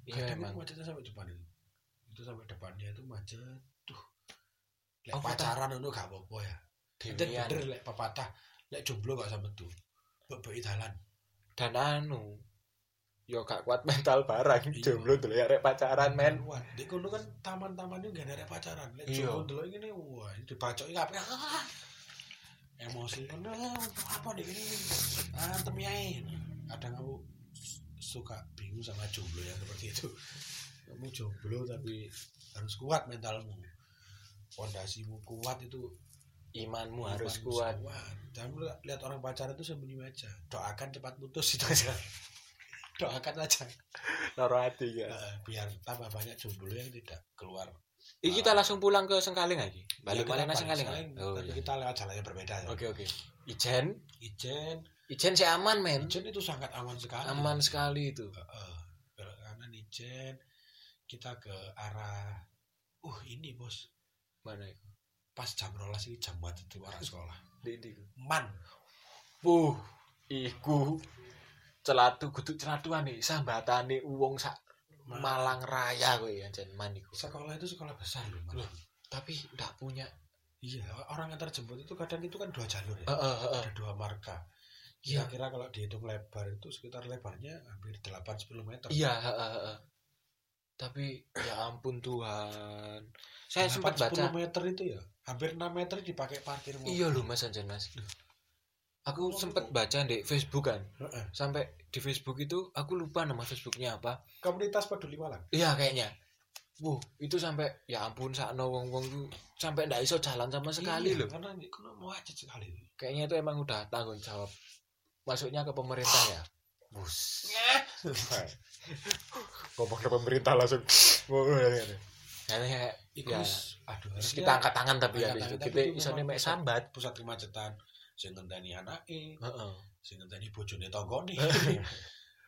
[SPEAKER 1] iya
[SPEAKER 2] kadang
[SPEAKER 1] emang
[SPEAKER 2] itu macetnya sampai depan itu itu sampai depannya itu macet tuh lek
[SPEAKER 1] Oh,
[SPEAKER 2] pacaran itu gak apa-apa ya itu
[SPEAKER 1] Dewean.
[SPEAKER 2] bener lek pepatah lek jomblo gak sama tuh bebek dalan
[SPEAKER 1] dan anu yo gak kuat mental barang
[SPEAKER 2] Iya.
[SPEAKER 1] jomblo dulu ya rek pacaran men
[SPEAKER 2] wah di kono kan taman-taman itu gak ada pacaran lek
[SPEAKER 1] Iya.
[SPEAKER 2] jomblo dulu ini wah ini dibacoki kabeh Ah. emosi kan ah, apa nih ini Ah, antem yae kadang aku s- suka bingung sama jomblo yang seperti itu kamu jomblo tapi harus kuat mentalmu fondasimu kuat itu
[SPEAKER 1] imanmu harus
[SPEAKER 2] Iman
[SPEAKER 1] kuat
[SPEAKER 2] Jangan lu lihat orang pacaran itu sembunyi aja. Doakan cepat putus itu aja. Doakan aja.
[SPEAKER 1] loro hati ya
[SPEAKER 2] Heeh, Biar tambah banyak jomblo yang tidak keluar.
[SPEAKER 1] Ini kita langsung pulang ke Sengkaling lagi.
[SPEAKER 2] Ya,
[SPEAKER 1] Balik
[SPEAKER 2] kita
[SPEAKER 1] balik nang Sengkaling.
[SPEAKER 2] Sengkaling,
[SPEAKER 1] ah? Oh,
[SPEAKER 2] tapi
[SPEAKER 1] iya.
[SPEAKER 2] kita lewat jalan yang berbeda. Ya.
[SPEAKER 1] Oke oke. Ijen,
[SPEAKER 2] Ijen,
[SPEAKER 1] Ijen sih aman men.
[SPEAKER 2] Ijen itu sangat aman sekali.
[SPEAKER 1] Aman sekali itu.
[SPEAKER 2] Heeh. Belok kanan Ijen. Kita ke arah uh ini bos
[SPEAKER 1] Mana? ya?
[SPEAKER 2] pas jam rolas ini jam buat itu orang sekolah
[SPEAKER 1] Di di.
[SPEAKER 2] man
[SPEAKER 1] Wuh, iku celatu kudu celatuan nih sambatane uwong sak
[SPEAKER 2] Nah.
[SPEAKER 1] Malang Raya kowe Ijen man iku.
[SPEAKER 2] sekolah itu sekolah besar loh Man.
[SPEAKER 1] Loh. Tapi ndak punya.
[SPEAKER 2] iya orang antar jemput itu kadang itu kan dua jalur ya
[SPEAKER 1] Heeh heeh.
[SPEAKER 2] ada dua marka.
[SPEAKER 1] Iya.
[SPEAKER 2] Kira-kira kalau dihitung lebar itu sekitar lebarnya hampir 8-10 meter.
[SPEAKER 1] Iya heeh heeh. Tapi ya ampun Tuhan. Saya sempat
[SPEAKER 2] 8-10
[SPEAKER 1] baca.
[SPEAKER 2] meter itu ya, hampir 6 meter dipakai parkir mobil.
[SPEAKER 1] Iya loh Mas Anjan Mas. Aku
[SPEAKER 2] Ngomong
[SPEAKER 1] sempat
[SPEAKER 2] itu.
[SPEAKER 1] baca di Facebook kan.
[SPEAKER 2] Heeh.
[SPEAKER 1] sampai di Facebook itu aku lupa nama Facebooknya apa
[SPEAKER 2] Komunitas peduli Malang.
[SPEAKER 1] iya kayaknya Wuh, itu sampai ya ampun sakno wong-wong tuh sampai ndak iso jalan sama sekali
[SPEAKER 2] Iya,
[SPEAKER 1] loh.
[SPEAKER 2] Karena ini kena macet sekali.
[SPEAKER 1] Kayaknya itu emang udah tanggung jawab masuknya ke pemerintah ya. Bus. Ngomong ke pemerintah langsung. Kayaknya
[SPEAKER 2] Itu
[SPEAKER 1] Ya.
[SPEAKER 2] wis- aduh
[SPEAKER 1] terus
[SPEAKER 2] harusnya
[SPEAKER 1] kita angkat tangan tapi ya
[SPEAKER 2] Angkat
[SPEAKER 1] gitu.
[SPEAKER 2] tangan, tapi
[SPEAKER 1] Kita
[SPEAKER 2] itu
[SPEAKER 1] iso
[SPEAKER 2] memang
[SPEAKER 1] mek
[SPEAKER 2] pusat.
[SPEAKER 1] sambat.
[SPEAKER 2] pusat kemacetan sing ngenteni anake,
[SPEAKER 1] Heeh.
[SPEAKER 2] sing ngenteni bojone tanggane,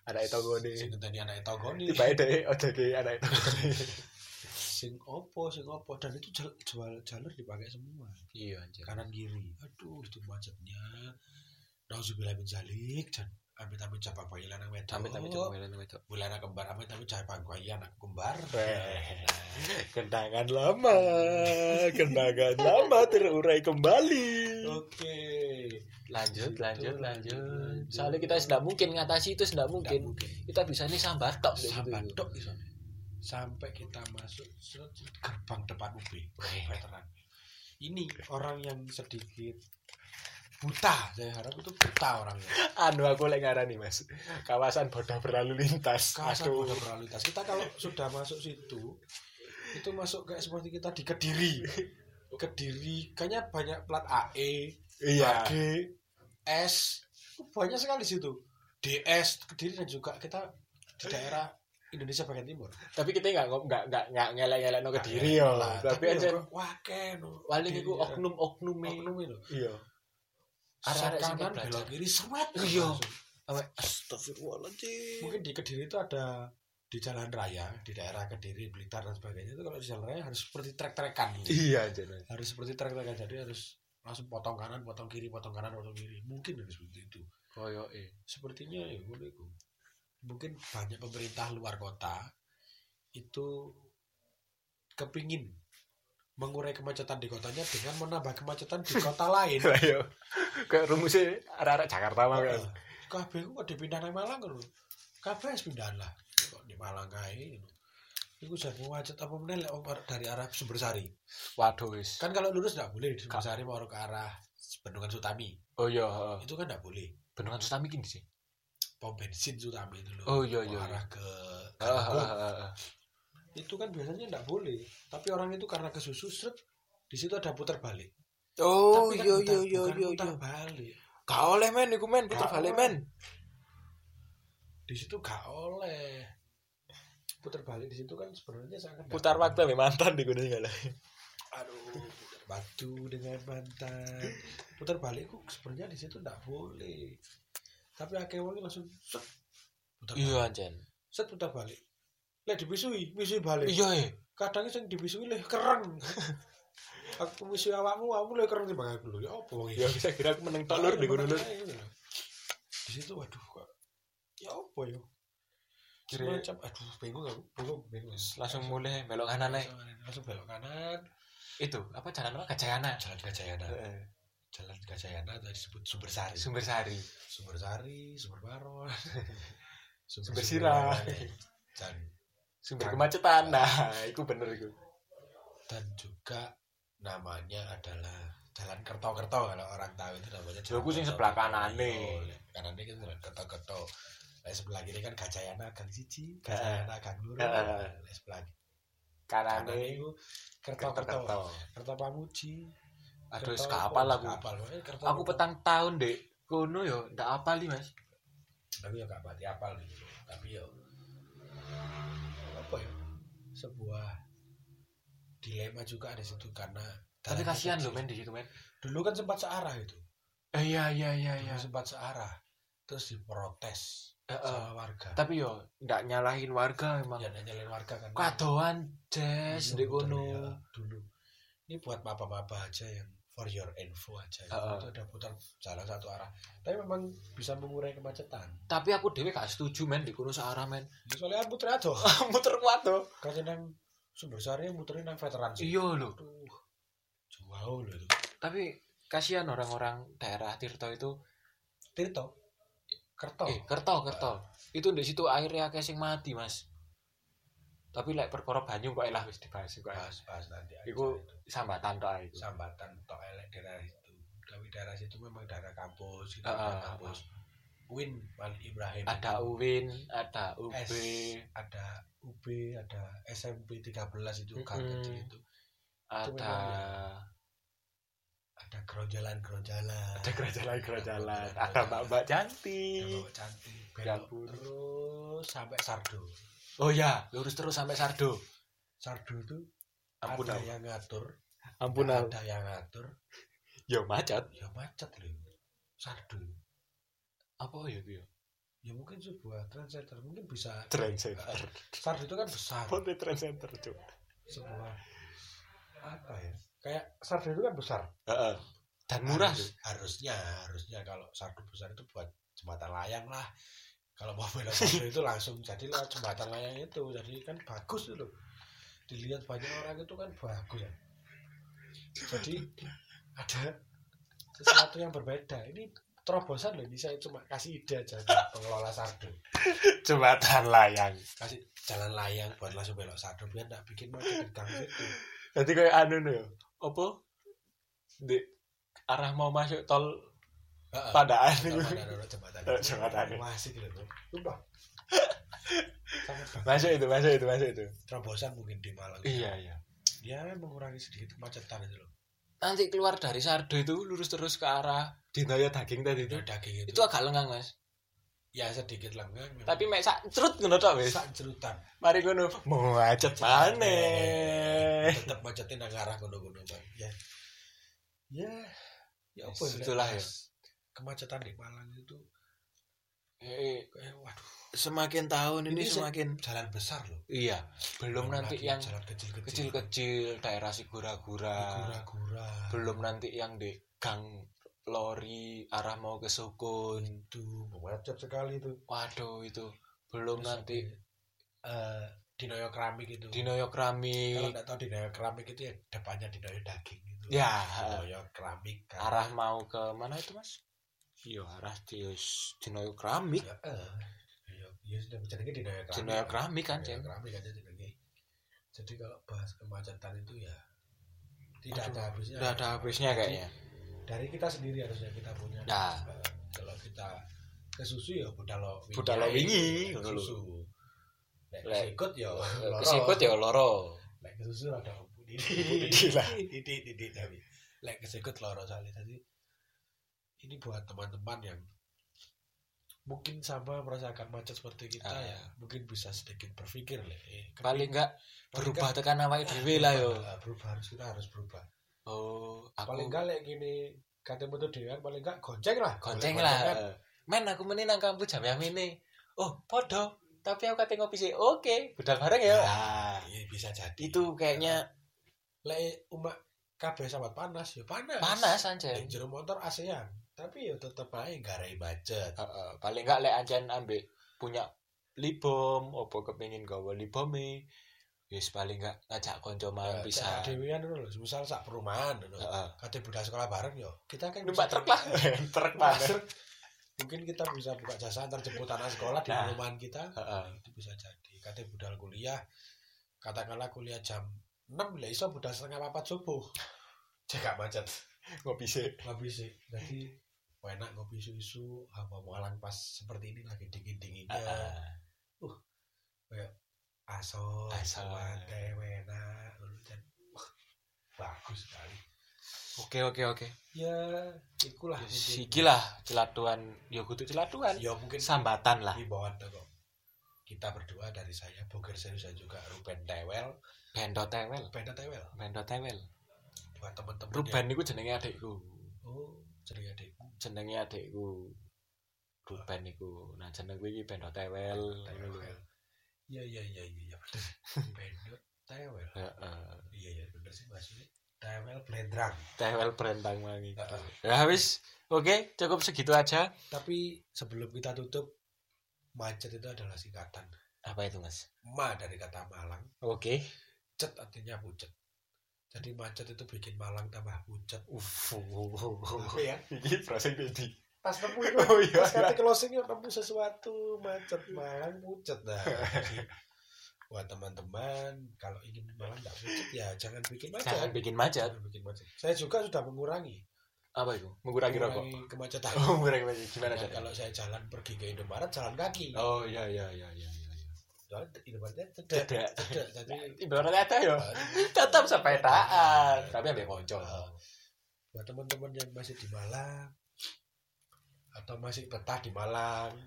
[SPEAKER 1] Ada itu gone.
[SPEAKER 2] sing ngenteni anake tanggane,
[SPEAKER 1] Tiba-tiba deh ojeke ada itu.
[SPEAKER 2] sing opo, sing opo dan itu jal- jual- jalur dipakai semua.
[SPEAKER 1] Iya anjir.
[SPEAKER 2] kanan kiri aduh itu macetnya nauzubillah min zalik dan amit amit jabang bayi lanang wedok
[SPEAKER 1] Sampai tapi coba ngelen itu.
[SPEAKER 2] bulana kembar amit amit jabang bayi anak kembar
[SPEAKER 1] Weh. Kenangan lama, kenangan lama terurai kembali.
[SPEAKER 2] oke
[SPEAKER 1] Lanjut, lanjut,
[SPEAKER 2] Gitu, lanjut,
[SPEAKER 1] lanjut.
[SPEAKER 2] lanjut.
[SPEAKER 1] Soalnya kita sudah mungkin ngatasi itu sudah
[SPEAKER 2] Nggak
[SPEAKER 1] mungkin.
[SPEAKER 2] mungkin
[SPEAKER 1] Kita bisa nih sambar tok kayak
[SPEAKER 2] sampai
[SPEAKER 1] gitu.
[SPEAKER 2] dok di sana. sampai kita masuk seret, seret, gerbang depan UB
[SPEAKER 1] Weh.
[SPEAKER 2] veteran ini orang yang sedikit buta saya harap itu buta orangnya
[SPEAKER 1] Anu aku lagi ngarani mas. Kawasan bodoh berlalu lintas.
[SPEAKER 2] kawasan
[SPEAKER 1] Aduh.
[SPEAKER 2] bodoh berlalu lintas kita kalau sudah masuk situ itu masuk kayak seperti kita di kediri kediri kayaknya banyak plat E. AE
[SPEAKER 1] Iya.
[SPEAKER 2] AD S banyak sekali di situ DS kediri dan juga kita di daerah Indonesia bagian timur
[SPEAKER 1] Tapi kita nggak ngom- nggak nggak nggak ngelak ngelak no ke diri yo.
[SPEAKER 2] Lah,
[SPEAKER 1] Tapi aja
[SPEAKER 2] yo, wake ya, no
[SPEAKER 1] paling itu
[SPEAKER 2] Kediri,
[SPEAKER 1] oknum oknum
[SPEAKER 2] oknum itu
[SPEAKER 1] Iya.
[SPEAKER 2] arah
[SPEAKER 1] Arah-arah sini
[SPEAKER 2] kanan
[SPEAKER 1] belajar.
[SPEAKER 2] belok kiri seret
[SPEAKER 1] Iya.
[SPEAKER 2] langsung.
[SPEAKER 1] Astagfirullahaladzim.
[SPEAKER 2] mungkin di Kediri itu ada di jalan raya di daerah Kediri Blitar dan sebagainya itu kalau di jalan raya harus seperti trek-trekan gitu.
[SPEAKER 1] Iya aja. Mas.
[SPEAKER 2] harus seperti trek-trekan jadi harus langsung potong kanan potong kiri potong kanan potong kiri mungkin harus seperti itu
[SPEAKER 1] Koyo eh.
[SPEAKER 2] sepertinya ya ngono iku. mungkin banyak pemerintah luar kota itu kepingin mengurai kemacetan di kotanya dengan menambah kemacetan di kota lain
[SPEAKER 1] Lah yo. Kayak rumusnya arah-arah Jakarta mah kan.
[SPEAKER 2] kabeh ku kok dipindah nang Malang lho. Kabeh wis pindahan lah. Kok di Malang kae ngono. Iku jar mau macet apa meneh lek wong ar- dari arah Sumbersari.
[SPEAKER 1] Waduh wis.
[SPEAKER 2] Kan kalau lurus enggak boleh di Sumbersari mau ke arah Bendungan Sutami.
[SPEAKER 1] Oh iya, heeh.
[SPEAKER 2] Itu kan enggak boleh.
[SPEAKER 1] Bendungan Sutami kini sih.
[SPEAKER 2] Pom bensin Sutami itu lho.
[SPEAKER 1] Oh, iya,
[SPEAKER 2] Mau
[SPEAKER 1] iya,
[SPEAKER 2] Arah ke
[SPEAKER 1] Heeh,
[SPEAKER 2] Kanggo.
[SPEAKER 1] heeh, heeh.
[SPEAKER 2] itu kan biasanya nggak boleh tapi orang itu karena kesusu seret di situ ada putar balik
[SPEAKER 1] Oh,
[SPEAKER 2] tapi kan
[SPEAKER 1] yo
[SPEAKER 2] bukan-
[SPEAKER 1] yo yo
[SPEAKER 2] bukan
[SPEAKER 1] yo yo.
[SPEAKER 2] putar balik
[SPEAKER 1] iya. Gak oleh men, iku men, puter
[SPEAKER 2] Gak
[SPEAKER 1] balik
[SPEAKER 2] oleh.
[SPEAKER 1] men.
[SPEAKER 2] di situ gak oleh putar balik di situ kan sebenarnya sangat
[SPEAKER 1] Putar waktu be mantan di gunung gak
[SPEAKER 2] aduh putar batu dengan mantan putar balik kok sebenarnya di situ nggak boleh tapi akhirnya wong langsung set putar balik
[SPEAKER 1] Iya anjen.
[SPEAKER 2] set putar balik lah dibisui bisui balik
[SPEAKER 1] Iya eh.
[SPEAKER 2] kadang sing dibisui leh keren aku misi awakmu awakmu leh keren timbang aku lho ya apa wong
[SPEAKER 1] Ya bisa kira aku meneng tok lur di gunung lur.
[SPEAKER 2] di situ waduh kok ya apa ya
[SPEAKER 1] Kira-
[SPEAKER 2] Semacam, aduh bingung aku bingung bingung
[SPEAKER 1] Langsung mulai belok kanan ae.
[SPEAKER 2] langsung, langsung belok kanan
[SPEAKER 1] Itu apa jalan apa Gajayana?
[SPEAKER 2] jalan Gajayana jalan Gajayana atau disebut Sumber Sari
[SPEAKER 1] Sumber Sari.
[SPEAKER 2] Sumber Sari Sumber Baron
[SPEAKER 1] Sumber Sirah.
[SPEAKER 2] dan
[SPEAKER 1] Sumber
[SPEAKER 2] Kang-
[SPEAKER 1] kemacetan. Nah, iku bener iku.
[SPEAKER 2] dan juga namanya adalah Jalan Kerto-Kerto kalau orang tahu itu namanya
[SPEAKER 1] Lho, aku sing sebelah
[SPEAKER 2] Kerto-Kerto.
[SPEAKER 1] kanane.
[SPEAKER 2] Iya, kanane kan Jalan Kerto-Kerto Lah sebelah kiri kan Gajayana Gang Siji, Gajayana Gang Loro.
[SPEAKER 1] Heeh.
[SPEAKER 2] Lah sebelah kanan
[SPEAKER 1] Kanane
[SPEAKER 2] itu Kerto-Kerto.
[SPEAKER 1] kerto-kerto.
[SPEAKER 2] Kerto Pamuji.
[SPEAKER 1] Aduh,
[SPEAKER 2] Kerto-
[SPEAKER 1] sekapal aku.
[SPEAKER 2] Sekapal. Eh, Kerto-
[SPEAKER 1] Aku petang tahun, Dek. Kono yo ndak apal iki, Mas.
[SPEAKER 2] Aku ya gak pati apal gitu. Tapi ya apa ya? Sebuah dilema juga ada situ karena
[SPEAKER 1] Tapi
[SPEAKER 2] jalannya
[SPEAKER 1] kasihan lho
[SPEAKER 2] kecil.
[SPEAKER 1] men di situ men.
[SPEAKER 2] Dulu kan sempat searah itu.
[SPEAKER 1] Eh, Iya iya iya iya.
[SPEAKER 2] Dulu sempat searah terus diprotes
[SPEAKER 1] Heeh.
[SPEAKER 2] sama warga
[SPEAKER 1] Tapi yo ndak nyalahin warga emang.
[SPEAKER 2] ya nyalain warga kan
[SPEAKER 1] Kadoan
[SPEAKER 2] Iya,
[SPEAKER 1] Jess di
[SPEAKER 2] betul, ya,
[SPEAKER 1] kono.
[SPEAKER 2] dulu ini buat bapak-bapak aja yang for your info aja
[SPEAKER 1] Heeh.
[SPEAKER 2] itu udah putar jalan satu arah tapi memang bisa mengurai kemacetan Ya,
[SPEAKER 1] Tapi aku dhewe gak setuju men di kono searah men.
[SPEAKER 2] soalnya kan aku muter aja
[SPEAKER 1] Muter kuat tuh.
[SPEAKER 2] karena nang sumber sari muterin nang veteran sih
[SPEAKER 1] Iya lho.
[SPEAKER 2] aduh jauh loh itu
[SPEAKER 1] Tapi kasihan orang-orang daerah Tirto itu
[SPEAKER 2] Tirto Kerto
[SPEAKER 1] eh Kerto Kerto. Itu di situ airnya akeh sing mati, Mas. Tapi lek perkara banyu kok elah wis dibahas kok. elah.
[SPEAKER 2] bahas bahas nanti aja
[SPEAKER 1] Iku-
[SPEAKER 2] itu.
[SPEAKER 1] Ah. Sambatan tok ae.
[SPEAKER 2] sambatan tok elek daerah itu tapi daerah situ memang daerah kampus gitu
[SPEAKER 1] Ah, ah,
[SPEAKER 2] daerah
[SPEAKER 1] ah,
[SPEAKER 2] kampus Win Wali Ibrahim
[SPEAKER 1] Ada Uwin, ada UB.
[SPEAKER 2] S ada UB ada SMP 13 itu kan
[SPEAKER 1] Mm-mm.
[SPEAKER 2] kecil itu
[SPEAKER 1] ada
[SPEAKER 2] ada gerojalan gerojalan
[SPEAKER 1] ya. ada gerajalan gerajalan ada mbak mbak cantik
[SPEAKER 2] cantik
[SPEAKER 1] Ya
[SPEAKER 2] belok
[SPEAKER 1] ampun.
[SPEAKER 2] terus sampai Sardo
[SPEAKER 1] oh ya lurus terus sampai Sardo
[SPEAKER 2] Sardo itu
[SPEAKER 1] ampun
[SPEAKER 2] ada
[SPEAKER 1] aku
[SPEAKER 2] yang ngatur
[SPEAKER 1] ya. ampun aku
[SPEAKER 2] ada yang ngatur
[SPEAKER 1] yo macet
[SPEAKER 2] ya macet loh Sardo
[SPEAKER 1] apa ya yo
[SPEAKER 2] ya mungkin sebuah trend center mungkin bisa
[SPEAKER 1] trend center
[SPEAKER 2] Sardo itu kan besar
[SPEAKER 1] ponte trend center cuk
[SPEAKER 2] sebuah apa ya kayak sardo itu kan besar
[SPEAKER 1] Heeh. dan murah
[SPEAKER 2] Harus- harusnya harusnya kalau sardo besar itu buat jembatan layang lah kalau mau belok sardo itu langsung jadi lah jembatan layang itu jadi kan bagus itu dilihat banyak orang itu kan bagus ya jadi ada sesuatu yang berbeda ini terobosan loh ini saya cuma kasih ide aja ke pengelola sardo
[SPEAKER 1] jembatan layang
[SPEAKER 2] kasih jalan layang buat langsung belok sardo biar nggak bikin macet di gang situ
[SPEAKER 1] nanti kayak anu nih yo apa di arah mau masuk tol
[SPEAKER 2] Heeh.
[SPEAKER 1] padaan
[SPEAKER 2] Taman
[SPEAKER 1] itu
[SPEAKER 2] Danau jembatan.
[SPEAKER 1] Taman jembatan.
[SPEAKER 2] Masih gitu loh. Sumpah. Sangat bagus.
[SPEAKER 1] masuk itu masuk itu masuk itu
[SPEAKER 2] Terobosan mungkin di Malang.
[SPEAKER 1] iya iya
[SPEAKER 2] Dia mengurangi sedikit kemacetan itu loh.
[SPEAKER 1] nanti keluar dari Sardo itu lurus terus ke arah Dinoyo daging tadi itu
[SPEAKER 2] Itu daging itu.
[SPEAKER 1] itu agak lengang mas
[SPEAKER 2] ya sedikit lengang. memang.
[SPEAKER 1] tapi mek sak cerut ngono tok wis
[SPEAKER 2] sak cerutan.
[SPEAKER 1] mari ngono mau macet maneh
[SPEAKER 2] Tetap Eh, macetin nang arah kono-kono Bang. Ya. Ya. Ya apa ya,
[SPEAKER 1] Itulah
[SPEAKER 2] Mas?
[SPEAKER 1] ya.
[SPEAKER 2] Kemacetan di Malang itu
[SPEAKER 1] eh.
[SPEAKER 2] kayak waduh
[SPEAKER 1] semakin tahun
[SPEAKER 2] ini semakin jalan besar loh.
[SPEAKER 1] iya belum nanti
[SPEAKER 2] lagi
[SPEAKER 1] yang
[SPEAKER 2] jalan kecil-kecil.
[SPEAKER 1] kecil-kecil daerah si gura-gura
[SPEAKER 2] Gura-gura.
[SPEAKER 1] belum nanti yang di gang lori arah mau ke Sukun
[SPEAKER 2] Itu macet sekali itu.
[SPEAKER 1] waduh itu belum
[SPEAKER 2] Terus
[SPEAKER 1] nanti
[SPEAKER 2] eh dinoyo keramik itu
[SPEAKER 1] Dinoyo
[SPEAKER 2] kalau
[SPEAKER 1] Keramik
[SPEAKER 2] nggak tahu dinoyo keramik itu ya depannya dinoyo daging gitu
[SPEAKER 1] ya
[SPEAKER 2] dinoyo keramik kan.
[SPEAKER 1] arah mau ke mana itu mas Iya arah Dius Dinoyo Keramik
[SPEAKER 2] ya eh Dinoyo- ya sudah bicaranya dinoyo keramik
[SPEAKER 1] Iya. Dinoyo Keramik kan
[SPEAKER 2] Dinoyo
[SPEAKER 1] Cen
[SPEAKER 2] keramik aja jenenge. jadi kalau bahas kemacetan itu ya tidak ada habisnya
[SPEAKER 1] udah ada habisnya kayaknya
[SPEAKER 2] dari kita sendiri harusnya kita punya
[SPEAKER 1] Nah.
[SPEAKER 2] Eh, kalau kita ke susu ya budalo
[SPEAKER 1] Budalo wingi, ngono lho.
[SPEAKER 2] susu
[SPEAKER 1] Lek.
[SPEAKER 2] Lek kesikut ya. loro.
[SPEAKER 1] Kesikut ya loro.
[SPEAKER 2] Lek kesusu ada upu
[SPEAKER 1] Didi lah.
[SPEAKER 2] Didik didik tapi. Lek kesikut loro soalnya tadi. Ini buat teman-teman yang mungkin sama merasakan macet seperti kita
[SPEAKER 1] Ah.
[SPEAKER 2] ya. Mungkin bisa sedikit berpikir lah. Eh, kepikir-
[SPEAKER 1] Paling enggak berubah
[SPEAKER 2] paling
[SPEAKER 1] tekan awake
[SPEAKER 2] enggak-
[SPEAKER 1] dhewe lah yo.
[SPEAKER 2] Ah, Berubah harus kita harus berubah.
[SPEAKER 1] Oh, aku
[SPEAKER 2] Paling enggak lek gini katanya tuh dewan paling enggak gonceng kan. lah.
[SPEAKER 1] gonceng
[SPEAKER 2] Goncengan.
[SPEAKER 1] lah. Men aku meni nang kampus jam yang ini. Oh, podo. Tapi aku kate ngopi sih. Oke, budal bareng ya.
[SPEAKER 2] Ah, iya bisa jadi.
[SPEAKER 1] Itu kayaknya
[SPEAKER 2] lek umak kabeh sahabat panas ya panas.
[SPEAKER 1] panas anjay.
[SPEAKER 2] Yang jero motor ASEAN, tapi ya tetep aja garai macet.
[SPEAKER 1] Heeh, eh, paling enggak lek anjen ambek punya libom opo kepengin gawa libome wis paling enggak ngajak kanca main pisan
[SPEAKER 2] bisa. Dewean ngono lho, misal sak perumahan ngono.
[SPEAKER 1] heeh
[SPEAKER 2] Kate budak sekolah bareng yo. Kita kan
[SPEAKER 1] numpak
[SPEAKER 2] bisa-
[SPEAKER 1] truk Nah. lah truk
[SPEAKER 2] Numpak
[SPEAKER 1] banget
[SPEAKER 2] truk. Mungkin kita bisa buka jasa antar jemput anak sekolah di
[SPEAKER 1] Nah.
[SPEAKER 2] perumahan kita.
[SPEAKER 1] Heeh.
[SPEAKER 2] Itu bisa jadi. Kate budal kuliah. Katakanlah kuliah jam 6 lah iso budal setengah papat subuh. Jaga macet.
[SPEAKER 1] ngopi sih
[SPEAKER 2] Ngopi sih. Jadi enak ngopi susu, hamba mualang pas seperti ini lagi
[SPEAKER 1] Iya.
[SPEAKER 2] dingin-dinginnya. aso
[SPEAKER 1] Asor.
[SPEAKER 2] wena ngono dan wah, bagus sekali
[SPEAKER 1] oke oke oke
[SPEAKER 2] ya ikulah mungkin.
[SPEAKER 1] Ya, sikilah celatuan ya kudu celatuan
[SPEAKER 2] ya mungkin
[SPEAKER 1] sambatan lah
[SPEAKER 2] himbauan tuh kok kita berdua dari saya Boger Serius dan juga Ruben Tewel
[SPEAKER 1] bendo tewel
[SPEAKER 2] Ruben Tewel
[SPEAKER 1] bendo tewel
[SPEAKER 2] buat teman-teman
[SPEAKER 1] Ruben niku jenenge adikku
[SPEAKER 2] yang- oh jadi adik
[SPEAKER 1] jenenge adikku Ruben niku nah jeneng kuwi iki bendo tewel ngono lho.
[SPEAKER 2] Tewel iya iya iya iya iya bener Bendot Tewel
[SPEAKER 1] Heeh.
[SPEAKER 2] iya iya bener sih maksudnya Tewel Blendrang
[SPEAKER 1] tewel berendang wangi
[SPEAKER 2] Heeh.
[SPEAKER 1] ya wis oke cukup segitu aja
[SPEAKER 2] tapi sebelum kita tutup macet itu adalah singkatan
[SPEAKER 1] apa itu mas
[SPEAKER 2] ma dari kata malang
[SPEAKER 1] oke
[SPEAKER 2] pucet artinya pucet jadi macet itu bikin Malang tambah pucet
[SPEAKER 1] uff
[SPEAKER 2] ya
[SPEAKER 1] ini proses baby
[SPEAKER 2] pas nemu itu
[SPEAKER 1] oh iya
[SPEAKER 2] pas kata closing yuk nemu sesuatu macet Malang pucet nah jadi, buat teman-teman kalau ingin Malang nggak pucet ya jangan bikin macet
[SPEAKER 1] jangan bikin macet
[SPEAKER 2] Jangan bikin macet saya juga sudah mengurangi
[SPEAKER 1] apa itu mengurangi rokok
[SPEAKER 2] mengurangi kemacetan
[SPEAKER 1] oh mengurangi macet gimana
[SPEAKER 2] Dan
[SPEAKER 1] cara
[SPEAKER 2] kalau saya jalan pergi ke Indomaret jalan kaki
[SPEAKER 1] oh iya iya iya iya iya
[SPEAKER 2] soalnya Indomaretnya cedek
[SPEAKER 1] tidak
[SPEAKER 2] cedek jadi eh,
[SPEAKER 1] ibaratnya ada ya tetap sepedaan tapi ambil konco
[SPEAKER 2] Oh. buat teman-teman yang masih di Malang atau masih betah di Malang
[SPEAKER 1] tidak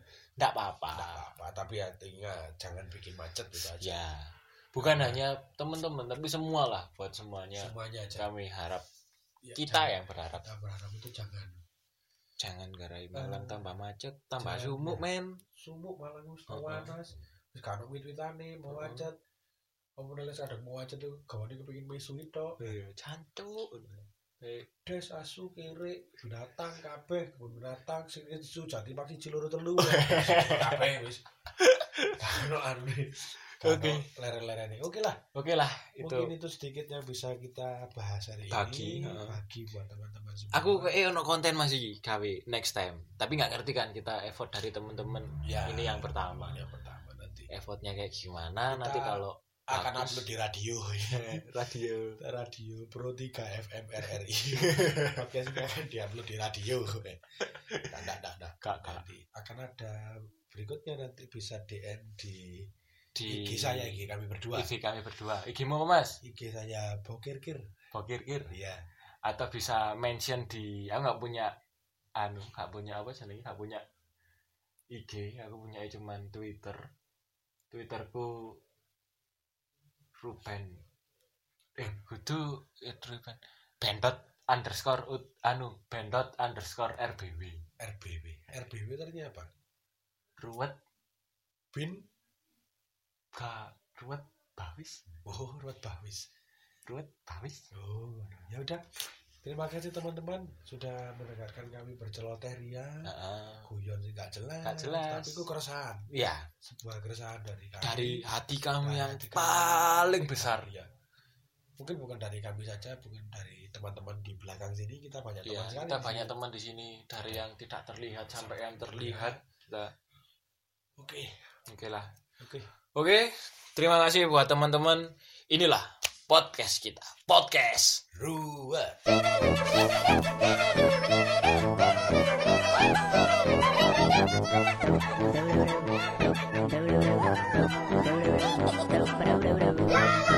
[SPEAKER 2] nggak
[SPEAKER 1] apa-apa
[SPEAKER 2] apa-apa tapi ya ingat jangan bikin macet gitu aja
[SPEAKER 1] ya bukan hanya teman-teman tapi semua lah buat semuanya
[SPEAKER 2] semuanya aja
[SPEAKER 1] kami harap
[SPEAKER 2] Ya,
[SPEAKER 1] Ya. kita
[SPEAKER 2] jangan-
[SPEAKER 1] yang berharap
[SPEAKER 2] kita berharap itu jangan
[SPEAKER 1] jangan garai malang
[SPEAKER 2] Eh,
[SPEAKER 1] tambah macet tambah
[SPEAKER 2] jangan. ya.
[SPEAKER 1] sumuk men
[SPEAKER 2] sumuk Malang itu
[SPEAKER 1] Oh,
[SPEAKER 2] panas terus kan wit-witane mau
[SPEAKER 1] Oh.
[SPEAKER 2] macet kamu nulis kadang mau macet tuh kawannya kepingin mesu itu
[SPEAKER 1] iya cantuk Eh,
[SPEAKER 2] des asu kere binatang kabeh kebun binatang sing itu jati pasti ciluru telu kabeh wis kano arme
[SPEAKER 1] Oke.
[SPEAKER 2] lere-lere nih oke lah
[SPEAKER 1] oke lah itu
[SPEAKER 2] mungkin itu sedikit yang bisa kita bahas hari
[SPEAKER 1] Bagi,
[SPEAKER 2] ini
[SPEAKER 1] heeh.
[SPEAKER 2] bagi buat teman-teman semua
[SPEAKER 1] aku kayak ono konten masih gawe next time tapi nggak ngerti kan kita effort dari temen-temen
[SPEAKER 2] Ya,
[SPEAKER 1] ini yang pertama
[SPEAKER 2] yang pertama nanti
[SPEAKER 1] effortnya kayak gimana
[SPEAKER 2] Kita
[SPEAKER 1] nanti kalau
[SPEAKER 2] akan
[SPEAKER 1] bagus.
[SPEAKER 2] upload di radio
[SPEAKER 1] radio
[SPEAKER 2] radio Pro 3 FM RRI podcastnya akan diupload di radio Nggak, nggak, nggak, nggak.
[SPEAKER 1] Nggak, nggak.
[SPEAKER 2] nanti akan ada berikutnya nanti bisa DM di
[SPEAKER 1] di
[SPEAKER 2] IG saya IG kami berdua
[SPEAKER 1] IG kami berdua IG mau apa, mas
[SPEAKER 2] IG saya Bokir Kir
[SPEAKER 1] bokir kir
[SPEAKER 2] ya
[SPEAKER 1] atau bisa mention di aku nggak punya anu nggak punya apa sih nggak punya IG aku punya cuman Twitter Twitterku Ruben eh kudu eh, Ruben bentot underscore ut- anu bentot underscore RBW
[SPEAKER 2] RBW RBW tadinya apa
[SPEAKER 1] ruwet
[SPEAKER 2] Bin
[SPEAKER 1] ka ruwet bawis
[SPEAKER 2] oh Ruat Bahwis
[SPEAKER 1] ruwet bawis
[SPEAKER 2] oh ya udah terima kasih teman-teman sudah mendengarkan kami berceloteh ria
[SPEAKER 1] Heeh.
[SPEAKER 2] guyon sih gak jelas,
[SPEAKER 1] Nah. Nggak jelas.
[SPEAKER 2] tapi itu keresahan
[SPEAKER 1] ya
[SPEAKER 2] sebuah keresahan dari kami
[SPEAKER 1] dari hati kami
[SPEAKER 2] Dari
[SPEAKER 1] yang
[SPEAKER 2] hati kami.
[SPEAKER 1] paling besar
[SPEAKER 2] ya mungkin bukan dari kami saja bukan dari teman-teman di belakang sini kita banyak
[SPEAKER 1] Iya,
[SPEAKER 2] teman sekali
[SPEAKER 1] kita banyak teman di sini dari yang tidak terlihat sampai yang terlihat. Kita-
[SPEAKER 2] Iya. oke
[SPEAKER 1] Oke lah.
[SPEAKER 2] oke
[SPEAKER 1] Oke, terima kasih buat teman-teman. Inilah podcast kita. Podcast.
[SPEAKER 2] ruwet
[SPEAKER 3] Thank you. Blah, blah, blah, blah, blah, blah, blah, blah, blah, blah, blah, blah, blah, blah, blah, blah.